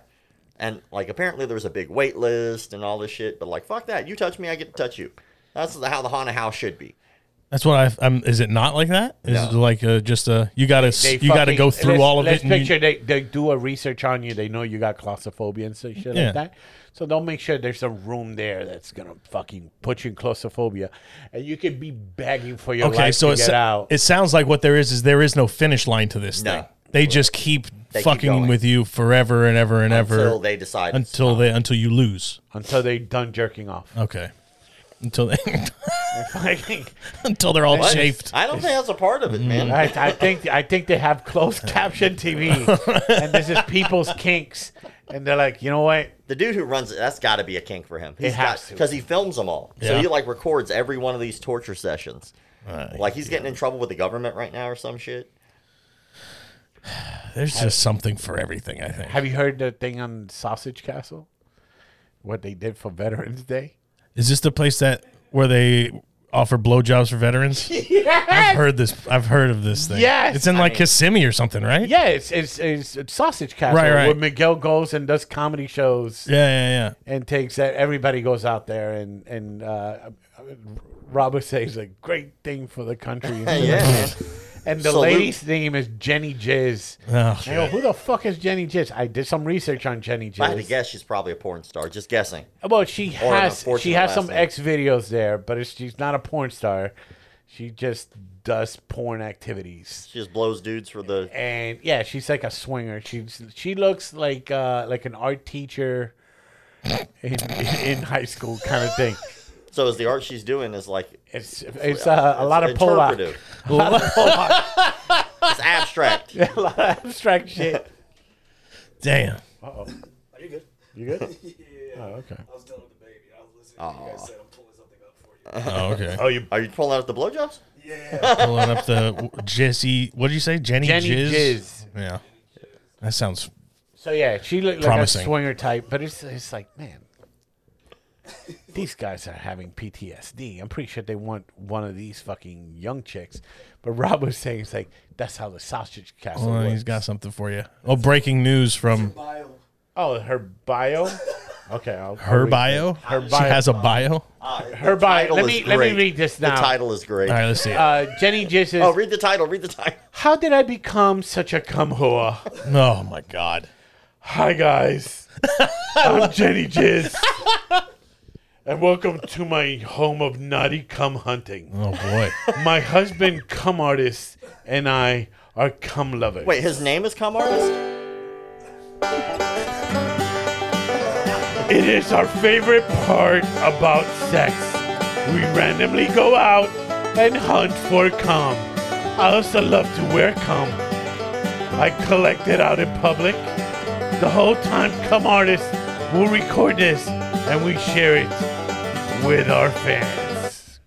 D: and like apparently there's a big wait list and all this shit. But like fuck that. You touch me, I get to touch you. That's how the haunted house should be.
B: That's what I. I'm, is it not like that? Is
D: No.
B: it like uh just a you gotta s
C: They
B: you gotta
C: fucking-
B: go through
C: let's-
B: all of it?
C: let's
B: and you-
C: Picture they, they do a research on you. They know you got claustrophobia and so shit
B: Yeah.
C: like that. So they'll make sure there's a room there that's gonna fucking put you in claustrophobia, and you could be begging for your
B: okay,
C: life
B: so
C: to
B: it,
C: get
B: so-
C: out.
B: it sounds like what there is is there is no finish line to this
D: No.
B: thing. They just keep
D: keep
B: fucking
D: going.
B: with you forever and ever and ever
D: Until they decide.
B: until they until you lose. Oh.
C: until they're done jerking off.
B: Okay. until they
C: I,
B: until they're all
D: What?
B: chafed.
D: I don't think that's a part of it, man.
C: I think I think they have closed caption TV, and this is people's kinks, and they're like, you know what?
D: The dude who runs it, that's got to be a kink for him. He's
C: has to.
D: Because he films them all. So
B: Yeah.
D: he, like, records every one of these torture sessions. like, he's getting in trouble with the government right now or some shit.
B: There's just something for everything. I think
C: Have you heard the thing on Sausage Castle? What they did for Veterans Day?
B: is this the place that where they offer blowjobs for veterans? I've heard this. I've heard of this thing.
C: Yes!
B: it's in like Kissimmee or something, right?
C: Yeah, it's it's, it's, it's Sausage Castle
B: Right, right.
C: where Miguel goes and does comedy shows
B: yeah, yeah,
C: and takes that. Everybody goes out there and and uh, Robert says a great thing for the country.
D: Yeah, man.
C: And the
D: Salute.
C: lady's name is Jenny Jizz.
B: yeah. Oh,
C: I go, who the fuck is Jenny Jizz? I did some research on Jenny
D: If I had to
C: Jizz.
D: guess, she's probably a porn star. Just guessing.
C: Well, she
D: Or an
C: has she
D: unfortunate
C: has
D: last
C: some
D: name.
C: X videos there, but it's, she's not a porn star. She just does porn activities.
D: She just blows dudes for the.
C: and yeah, she's like a swinger. She's she looks like uh like an art teacher in in high school kind of thing.
D: So is the art she's doing is like
C: It's it's uh, a lot of Polak,
D: interpretive.
C: a lot of Polak,
D: It's abstract.
C: a lot of abstract shit.
B: damn.
A: Are you good?
C: You good?
A: Yeah.
C: Oh, okay.
A: I was dealing with the baby. I was listening. to You guys said I'm pulling something up for you.
B: Oh, okay.
D: Oh, you are you pulling out the blowjobs?
A: Yeah.
B: Pulling up the Jesse. What did you say, Jenny?
C: Jenny
B: Jizz?
C: Jizz.
B: Yeah, that sounds.
C: So yeah, she looked like
B: Promising.
C: a swinger type, but it's it's like man. These guys are having PTSD. I'm pretty sure they want one of these fucking young chicks. But Rob was saying, it's like, that's how the sausage castle
B: Well,
C: works.
B: Oh, he's got something for you. Oh, breaking news from
A: Bio.
C: Oh, her bio. Okay, I'll,
B: her bio.
C: Her bio.
B: She has a bio. All
C: Her bio.
D: Title
C: Let
D: is
C: me let me
D: great.
C: read this
D: The
C: now.
D: title is great.
B: right, let's see. it.
C: Uh, Jenny J says,
D: Oh, read the title. Read the title.
C: "How did I become such a cum whore?"
B: oh my God.
C: Hi guys, I'm Jenny Jizz, and welcome to my home of naughty cum hunting.
B: Oh boy.
C: My husband, cum artist, and I are cum lovers.
D: Wait, his name is cum artist.
C: It is our favorite part about sex. We randomly go out and hunt for cum. I also love to wear cum. I collect it out in public. The whole time, cum artists will record this and we share it with our fans.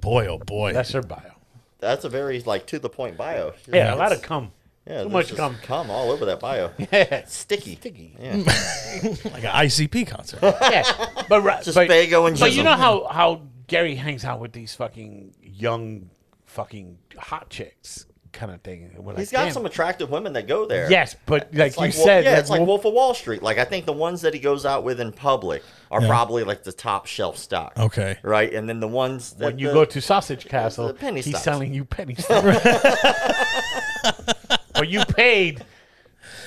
B: boy, oh boy.
C: That's her bio.
D: That's a very like to the point bio.
C: Yeah, a lot of cum. Too
D: Yeah, there's
C: much
D: just
C: cum.
D: Cum all over that bio.
C: Yeah,
D: Sticky.
C: Sticky.
D: Yeah.
B: like an ICP concert.
C: but right,
D: Just Bago and
C: But you
D: Jizzle.
C: know how how Gary hangs out with these fucking young, fucking hot chicks kind of thing. We're like,
D: He's got
C: "Damn."
D: some attractive women that go there.
C: Yes, but like
D: It's
C: you
D: like, Wolf-
C: said,
D: yeah,
C: that
D: it's like
C: Wolf-
D: Wolf of Wall Street. Like I think the ones that he goes out with in public are probably like the top shelf stock.
B: Okay.
D: Right, and then the ones that
C: when you
D: the-
C: go to Sausage Castle,
D: the penny
C: he's
D: stocks.
C: selling you penny stocks. or you paid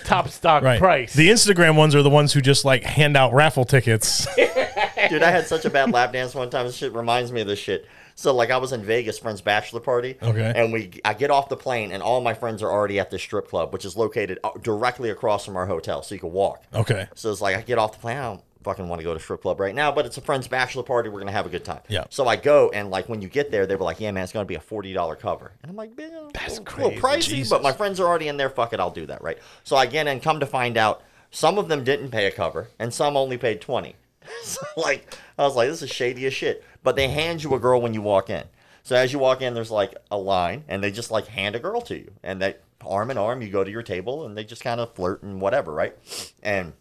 C: top stock
B: Right.
C: price.
B: The Instagram ones are the ones who just like hand out raffle tickets.
D: Dude, I had such a bad lap dance one time. This shit reminds me of this shit. So like I was in Vegas, friend's bachelor party.
B: Okay.
D: And we, I get off the plane, and all my friends are already at this strip club, which is located uh, directly across from our hotel, so you can walk.
B: Okay.
D: So it's like I get off the plane. I don't fucking want to go to strip club right now, but it's a friend's bachelor party. We're gonna have a good time.
B: Yeah.
D: So I go, and like when you get there, they were like, "Yeah, man, it's gonna be a forty dollar cover," and I'm like, "Man, that's little,
C: crazy.
D: little pricey, but my friends are already in there. Fuck it, I'll do that." Right. So I get in, come to find out, some of them didn't pay a cover, and some only paid twenty. so like, I was like, "This is shady as shit." But they hand you a girl when you walk in. So as you walk in, there's like a line, and they just like hand a girl to you, and that arm in arm, you go to your table, and they just kind of flirt and whatever, right? And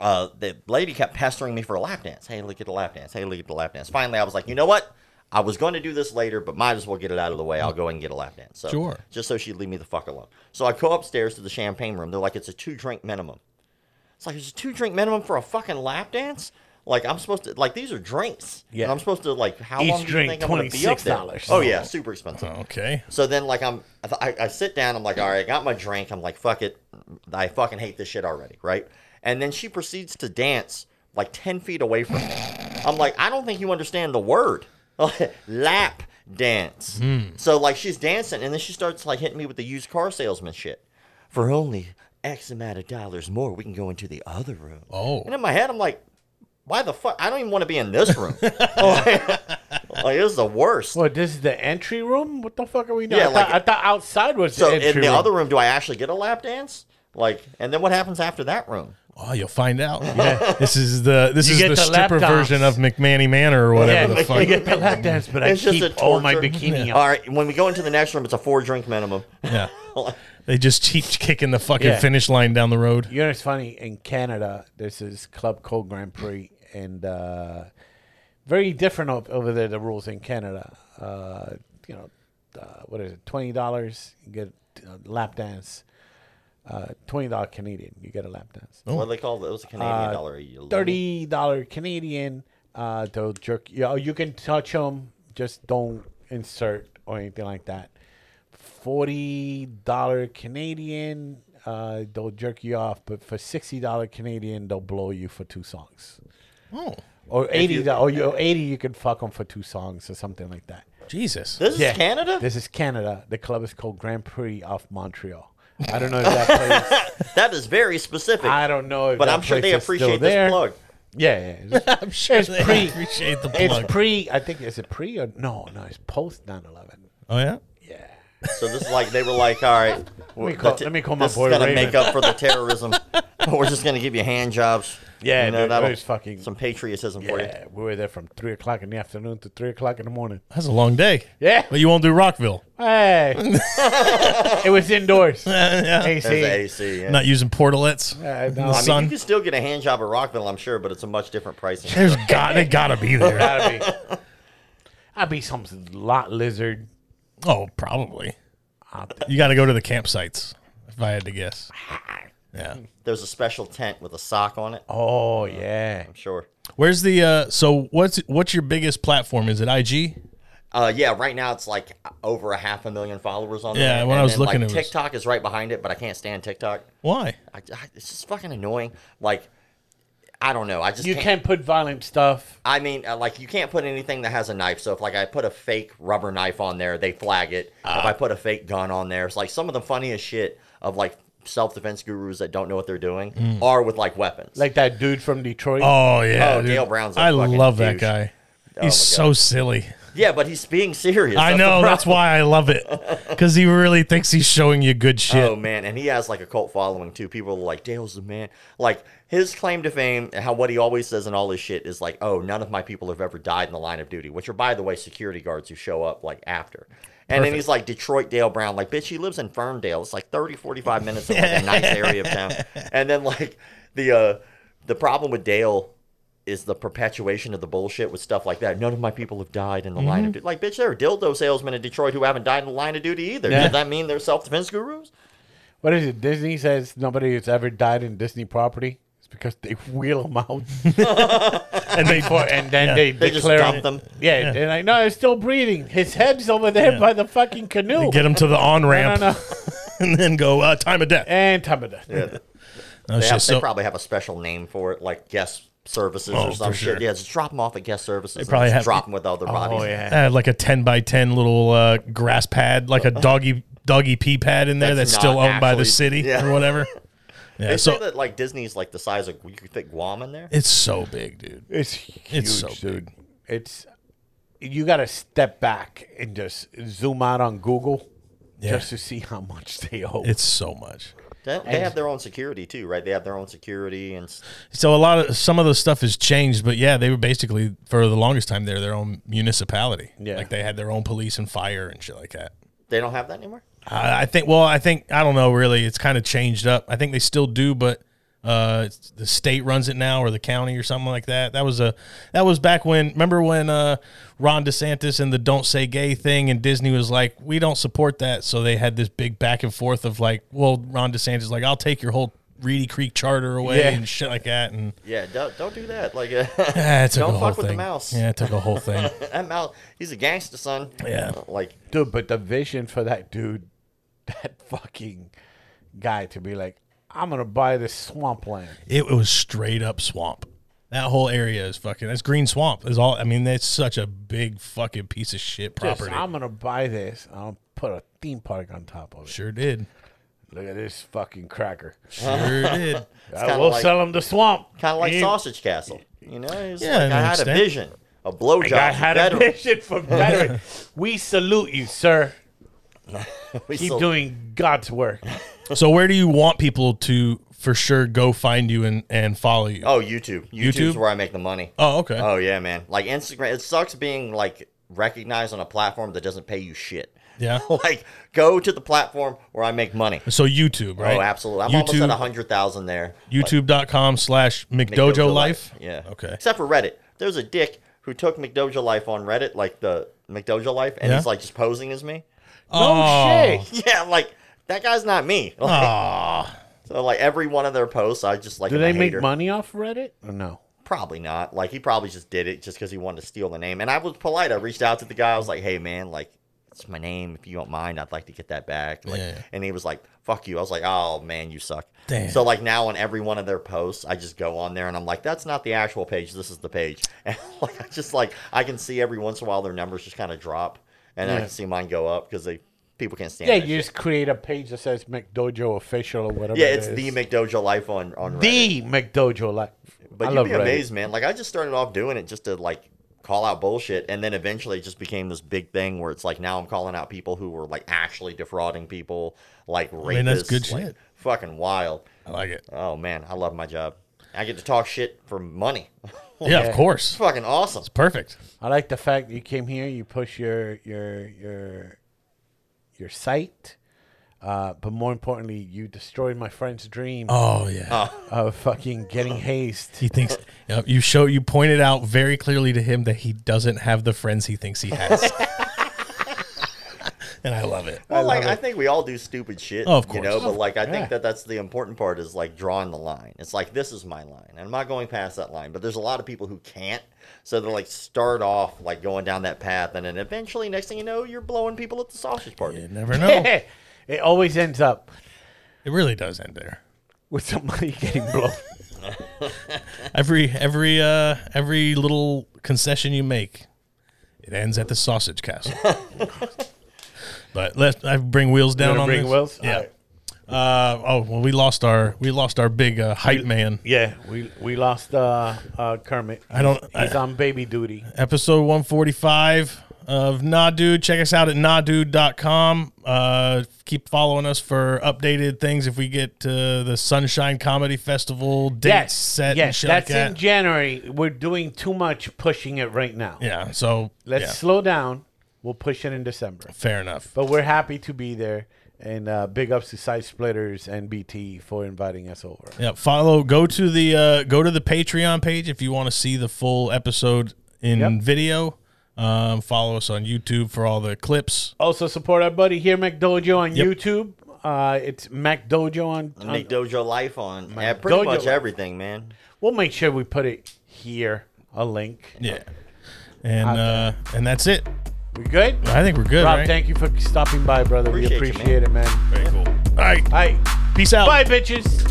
D: uh, the lady kept pestering me for a lap dance. Hey, look at the lap dance. Hey, look at the lap dance. Finally, I was like, you know what? I was going to do this later, but might as well get it out of the way. I'll go and get a lap dance. So,
B: Sure.
D: Just so she'd leave me the fuck alone. So I go upstairs to the champagne room. They're like, it's a two drink minimum. It's like, it's a two drink minimum for a fucking lap dance? Like, I'm supposed to, like, these are drinks.
C: Yeah.
D: And I'm supposed to, like, how
C: Each
D: long do you
C: drink,
D: think I'm going to be up there?
C: $26.
D: Oh, yeah. Super expensive.
B: Okay.
D: So then, like, I'm, I, I sit down. I'm like, all right, I got my drink. I'm like, fuck it. I fucking hate this shit already, right? And then she proceeds to dance like 10 feet away from me. I'm like, I don't think you understand the word. Lap dance. So, like, she's dancing, and then she starts, like, hitting me with the used car salesman shit. For only X amount of dollars more, we can go into the other room.
B: Oh.
D: And in my head, I'm like, why the fuck? I don't even want to be in this room. like, like, it was the worst.
C: What, this is the entry room? What the fuck are we doing?
D: Yeah,
C: I, thought,
D: like-
C: I thought outside was
D: so
C: the entry
D: in the
C: room.
D: other room, do I actually get a lap dance? Like, and then what happens after that room?
B: Oh, you'll find out. Yeah. this is the this
C: You
B: is
C: get
B: the,
C: the
B: stripper
C: laptops.
B: version of McManny Manor or
C: yeah,
B: whatever the
C: like,
B: fuck.
C: I get the lap dance, but I
D: It's just a
C: keep all my
D: torture.
C: bikini on.
D: All right, when we go into the next room, it's a four drink minimum.
B: Yeah. They just keep kicking the fucking
C: Yeah.
B: finish line down the road.
C: You know, it's funny in Canada. There's this Club Code Grand Prix, and uh, very different o- over there. The rules in Canada. Uh, you know, uh, what is it? Twenty dollars, you get a lap dance. Uh, Twenty dollar Canadian, you get a lap dance.
D: What do they call it? It was a Canadian dollar. You little-
C: Uh, Thirty dollar Canadian. Uh, they'll jerk. You, know, you can touch them, just don't insert or anything like that. Forty dollar Canadian. Uh, they'll jerk you off, but for sixty dollar Canadian, they'll blow you for two songs.
B: Oh,
C: Or eighty, you, or you, eighty, you can fuck them for two songs or something like that.
B: Jesus.
D: This is Canada.
C: This is Canada. The club is called Grand Prix of Montreal. I don't know if that place.
D: that is very specific.
C: I don't know if
D: but
C: that
D: I'm sure
C: place
D: they
C: is still
D: appreciate
C: there.
D: this plug.
C: Yeah, yeah.
B: I'm sure
C: It's
B: they
C: pre-
B: appreciate the
C: It's
B: plug.
C: pre. I think is it pre or no? No, it's post 9/11.
B: oh yeah.
C: Yeah.
D: So this is like they were like, all right,
C: Let me call.
D: the-
C: let me call my
D: this
C: boy
D: is gonna
C: Raymond.
D: make up for the terrorism. we're just gonna give you hand jobs.
C: Yeah,
D: you know,
C: dude,
D: that'll-
C: it's fucking-
D: some patriotism for you.
C: yeah, we were there from three o'clock in the afternoon to three o'clock in the morning.
B: That's a long day.
C: Yeah.
B: But you won't do Rockville.
C: Hey, it was indoors. AC.
D: There's the AC. Yeah.
B: Not using portalets
C: Yeah,
B: in
C: Uh, no.
B: the
C: I mean,
D: I mean,
B: sun.
D: you can still get a hand job at Rockville, I'm sure, but it's a much different pricing.
B: There's got they gotta be there.
C: Gotta be. I'd be some lot lizard.
B: Oh, probably.
C: out
B: You got to go to the campsites, if I had to guess.
C: Ah.
B: Yeah.
D: There's a special tent with a sock on it.
C: Oh yeah.
D: I'm sure.
B: Where's the uh so what's what's your biggest platform? Is it IG?
D: Uh, yeah, right now it's like over a half a million followers on
B: Yeah,
D: there.
B: when I
D: and
B: was
D: then,
B: looking,
D: like,
B: it was-
D: TikTok is right behind it, but I can't stand TikTok.
B: Why?
D: I, I- it's just fucking annoying. Like, I don't know. I just
C: You
D: can't
C: can't put violent stuff.
D: I mean, uh, like you can't put anything that has a knife. So if like I put a fake rubber knife on there, they flag it.
B: Ah.
D: if I put a fake gun on there, it's like some of the funniest shit of like self defense gurus that don't know what they're doing
B: Mm.
D: are with like weapons.
C: Like that dude from Detroit.
B: Oh yeah.
D: Oh, Dale Brown's a
B: I
D: fucking
B: love that
D: douche.
B: guy.
D: Oh, my
B: He's so silly.
D: yeah, but he's being serious.
B: I
D: That's the
B: know. That's
D: problem.
B: why I love it. Because he really thinks he's showing you good shit.
D: Oh man, and he has like a cult following too. People are like, Dale's the man. Like his claim to fame, how what he always says and all his shit is like, oh, none of my people have ever died in the line of duty, which are by the way security guards who show up like after. And then he's like Detroit Dale Brown, like bitch, he lives in Ferndale. It's like 30, 45 minutes of like a nice area of town. And then like the uh the problem with Dale is the perpetuation of the bullshit with stuff like that. None of my people have died in the line
B: Mm-hmm.
D: of duty. Like, bitch, there are dildo salesmen in Detroit who haven't died in the line of duty either.
B: Yeah.
D: Does that mean they're self defense gurus?
C: What is it? Disney says nobody has ever died in Disney property. It's because they wheel them out
B: And they
C: and then they,
D: They just
C: declare
D: dump
C: it.
D: them.
C: Yeah, they're like, no, it's still breathing. His head's over there by the fucking canoe.
B: get him to the on
C: no,
B: ramp
C: no, no.
B: and then go uh, time of death.
C: and time of death.
B: Oh,
D: They,
B: shit.
D: have, they
B: So
D: probably have a special name for it, like guest services
B: Oh,
D: or some
B: for sure.
D: shit. Yeah, just drop them off at guest services. They
B: probably
D: probably
B: have-
D: just drop them with other bodies.
C: Oh yeah.
B: I had like a ten by ten little uh, grass pad, like a doggy doggy pee pad in there that's,
D: That's
B: still
D: not
B: owned by the
D: actually-
B: city
D: yeah.
B: or whatever. Yeah.
D: They
B: So
D: say that like Disney's like the size of you could fit Guam in there.
B: it's so big, dude.
C: It's huge,
B: It's so
C: dude. It's you got to step back and just zoom out on Google
B: Yeah.
C: just to see how much they owe.
B: It's so much.
D: They, they have their own security too, right? They have their own security and s-
B: So a lot of some of the stuff has changed, but yeah, they were basically for the longest time they're their own municipality.
C: Yeah.
B: like they had their own police and fire and shit like that.
D: they don't have that anymore.
B: I I think. Well, I think I don't know. Really, it's kind of changed up. I think they still do, but uh, it's- the state runs it now, or the county, or something like that. That was a that was back when. Remember when uh, Ron DeSantis and the "Don't Say Gay" thing, and Disney was like, "We don't support that." So they had this big back and forth of like, "Well, Ron DeSantis is like, I'll take your whole Reedy Creek charter away
C: Yeah.
B: and shit like that," and
D: Yeah, don't, don't do that. Like, uh,
B: ah, it took
D: Don't
B: a whole
D: fuck with the
B: thing.
D: mouse.
B: Yeah, it took a whole thing.
D: that mouth, he's a gangster son. Uh,
B: Yeah.
D: like
C: dude, but the vision for that dude, that fucking guy, to be like, I'm gonna buy this swampland.
B: It was straight up swamp. That whole area is fucking. That's green swamp. Is all. I mean, that's such a big fucking piece of shit
C: Just,
B: property.
C: I'm gonna buy this. and I'll put a theme park on top of it.
B: sure did.
C: Look at this fucking cracker.
B: Sure did.
C: I
D: kinda
C: will
D: like-
C: sell him the swamp.
D: kind of like
C: He-
D: Sausage Castle. You know, it's
B: Yeah,
D: like
B: to
D: I
B: an
D: had
B: extent.
D: a vision, a blowjob.
C: I
D: for
C: had a
D: veterans.
C: mission for veteran. we salute you, sir.
D: We
C: Keep
D: still-
C: doing God's work.
B: So where do you want people to for sure go find you and and follow you?
D: Oh, YouTube. YouTube's
B: YouTube?
D: where I make the money.
B: Oh, okay.
D: Oh yeah, man. Like Instagram, it sucks being like recognized on a platform that doesn't pay you shit.
B: yeah.
D: like, go to the platform where I make money.
B: So YouTube, right?
D: Oh, absolutely. I'm almost at
B: YouTube,
D: a hundred thousand there.
B: YouTube.com slash
D: McDojo
B: McDojo Life.
D: Yeah.
B: Okay.
D: Except for Reddit. There's a dick who took McDojo Life on Reddit, like the McDojo Life, and
B: Yeah.
D: he's like just posing as me.
C: Oh, shit.
D: Yeah, I'm like that guy's not me. Like, so like every one of their posts, I just like.
C: Do
D: am
C: they
D: a
C: make
D: hater. Uh,
C: money off Reddit or no?
D: Probably not. Like he probably just did it just because he wanted to steal the name. And I was polite. I reached out to the guy. I was like, "Hey man, like it's my name. If you don't mind, I'd like to get that back." Like,
B: Yeah.
D: and he was like, "Fuck you." I was like, "Oh man, you suck."
B: Damn.
D: So like now on every one of their posts, I just go on there and I'm like, "That's not the actual page. This is the page." And like I just like I can see every once in a while their numbers just kind of drop, and then I can see mine go up because they people can't stand.
C: Yeah,
D: that
C: you
D: shit.
C: just create a page that says McDojo official or whatever.
D: yeah.
C: it
D: It's the
C: is.
D: McDojo life on on Reddit.
C: the McDojo life.
D: But
C: I
D: you'd
C: love
D: be
C: Reddit.
D: amazed, man. Like I just started off doing it just to like call out bullshit, and then eventually it just became this big thing where it's like now I'm calling out people who were like actually defrauding people, like rapists.
B: mean, that's good
D: like,
B: shit.
D: Fucking wild.
B: I like it.
D: Oh man, I love my job. I get to talk shit for money.
B: Yeah, of course.
D: It's fucking awesome.
B: Perfect.
C: I like the fact that you came here. You push your your your your site, uh, but more importantly, you destroyed my friend's dream
B: Oh yeah.
C: of fucking getting hazed.
B: He thinks Yep, you show you pointed out very clearly to him that he doesn't have the friends he thinks he has. and I love it.
D: Well, like I think we all do stupid shit,
B: Of
D: you
B: course.
D: know. But like I
C: yeah.
D: think that that's the important part is like drawing the line. It's like this is my line, and I'm not going past that line. But there's a lot of people who can't, so they like start off like going down that path, and then eventually, next thing you know, you're blowing people at the sausage party.
B: You never know.
C: it always ends up
B: It really does end there.
C: with somebody getting blown.
B: Every every uh every little concession you make, it ends at the sausage castle. but let I bring wheels down
C: gonna
B: on
C: bring
B: this.
C: wheels?
B: Yeah.
C: All right.
B: Uh, oh well, we lost our we lost our big uh, hype man.
C: yeah, we we lost uh, uh, Kermit.
B: I don't-
C: He's on baby duty.
B: episode 145 of Nah Dude. Check us out at nahdude.com. Uh, keep following us for updated things if we get to the Sunshine Comedy Festival dates
C: Yes,
B: set and
C: yes,
B: shit
C: that's
B: like
C: in
B: that.
C: January. We're doing too much pushing it right now.
B: yeah, so
C: Let's
B: yeah,
C: slow down. We'll push it in December.
B: fair enough.
C: But we're happy to be there. And uh, big ups to Side Splitters and BT for inviting us over.
B: Yeah, follow. Go to the uh, go to the Patreon page if you want to see the full episode in
C: Yep.
B: video. Um, follow us on YouTube for all the clips.
C: Also support our buddy here, McDojo, on
B: Yep.
C: YouTube. Uh, it's MacDojo on, on-
D: Make dojo life on yeah, pretty
C: Dojo
D: much
C: Life.
D: everything, man.
C: We'll make sure we put it here, a link.
B: Yeah, and uh, and that's it.
C: We good?
B: I think we're good.
C: Rob,
B: right?
C: thank you for stopping by, brother.
D: Appreciate
C: we
D: you, man.
C: appreciate it, man.
B: Very cool. All right,
C: All right.
B: peace out.
C: Bye, bitches.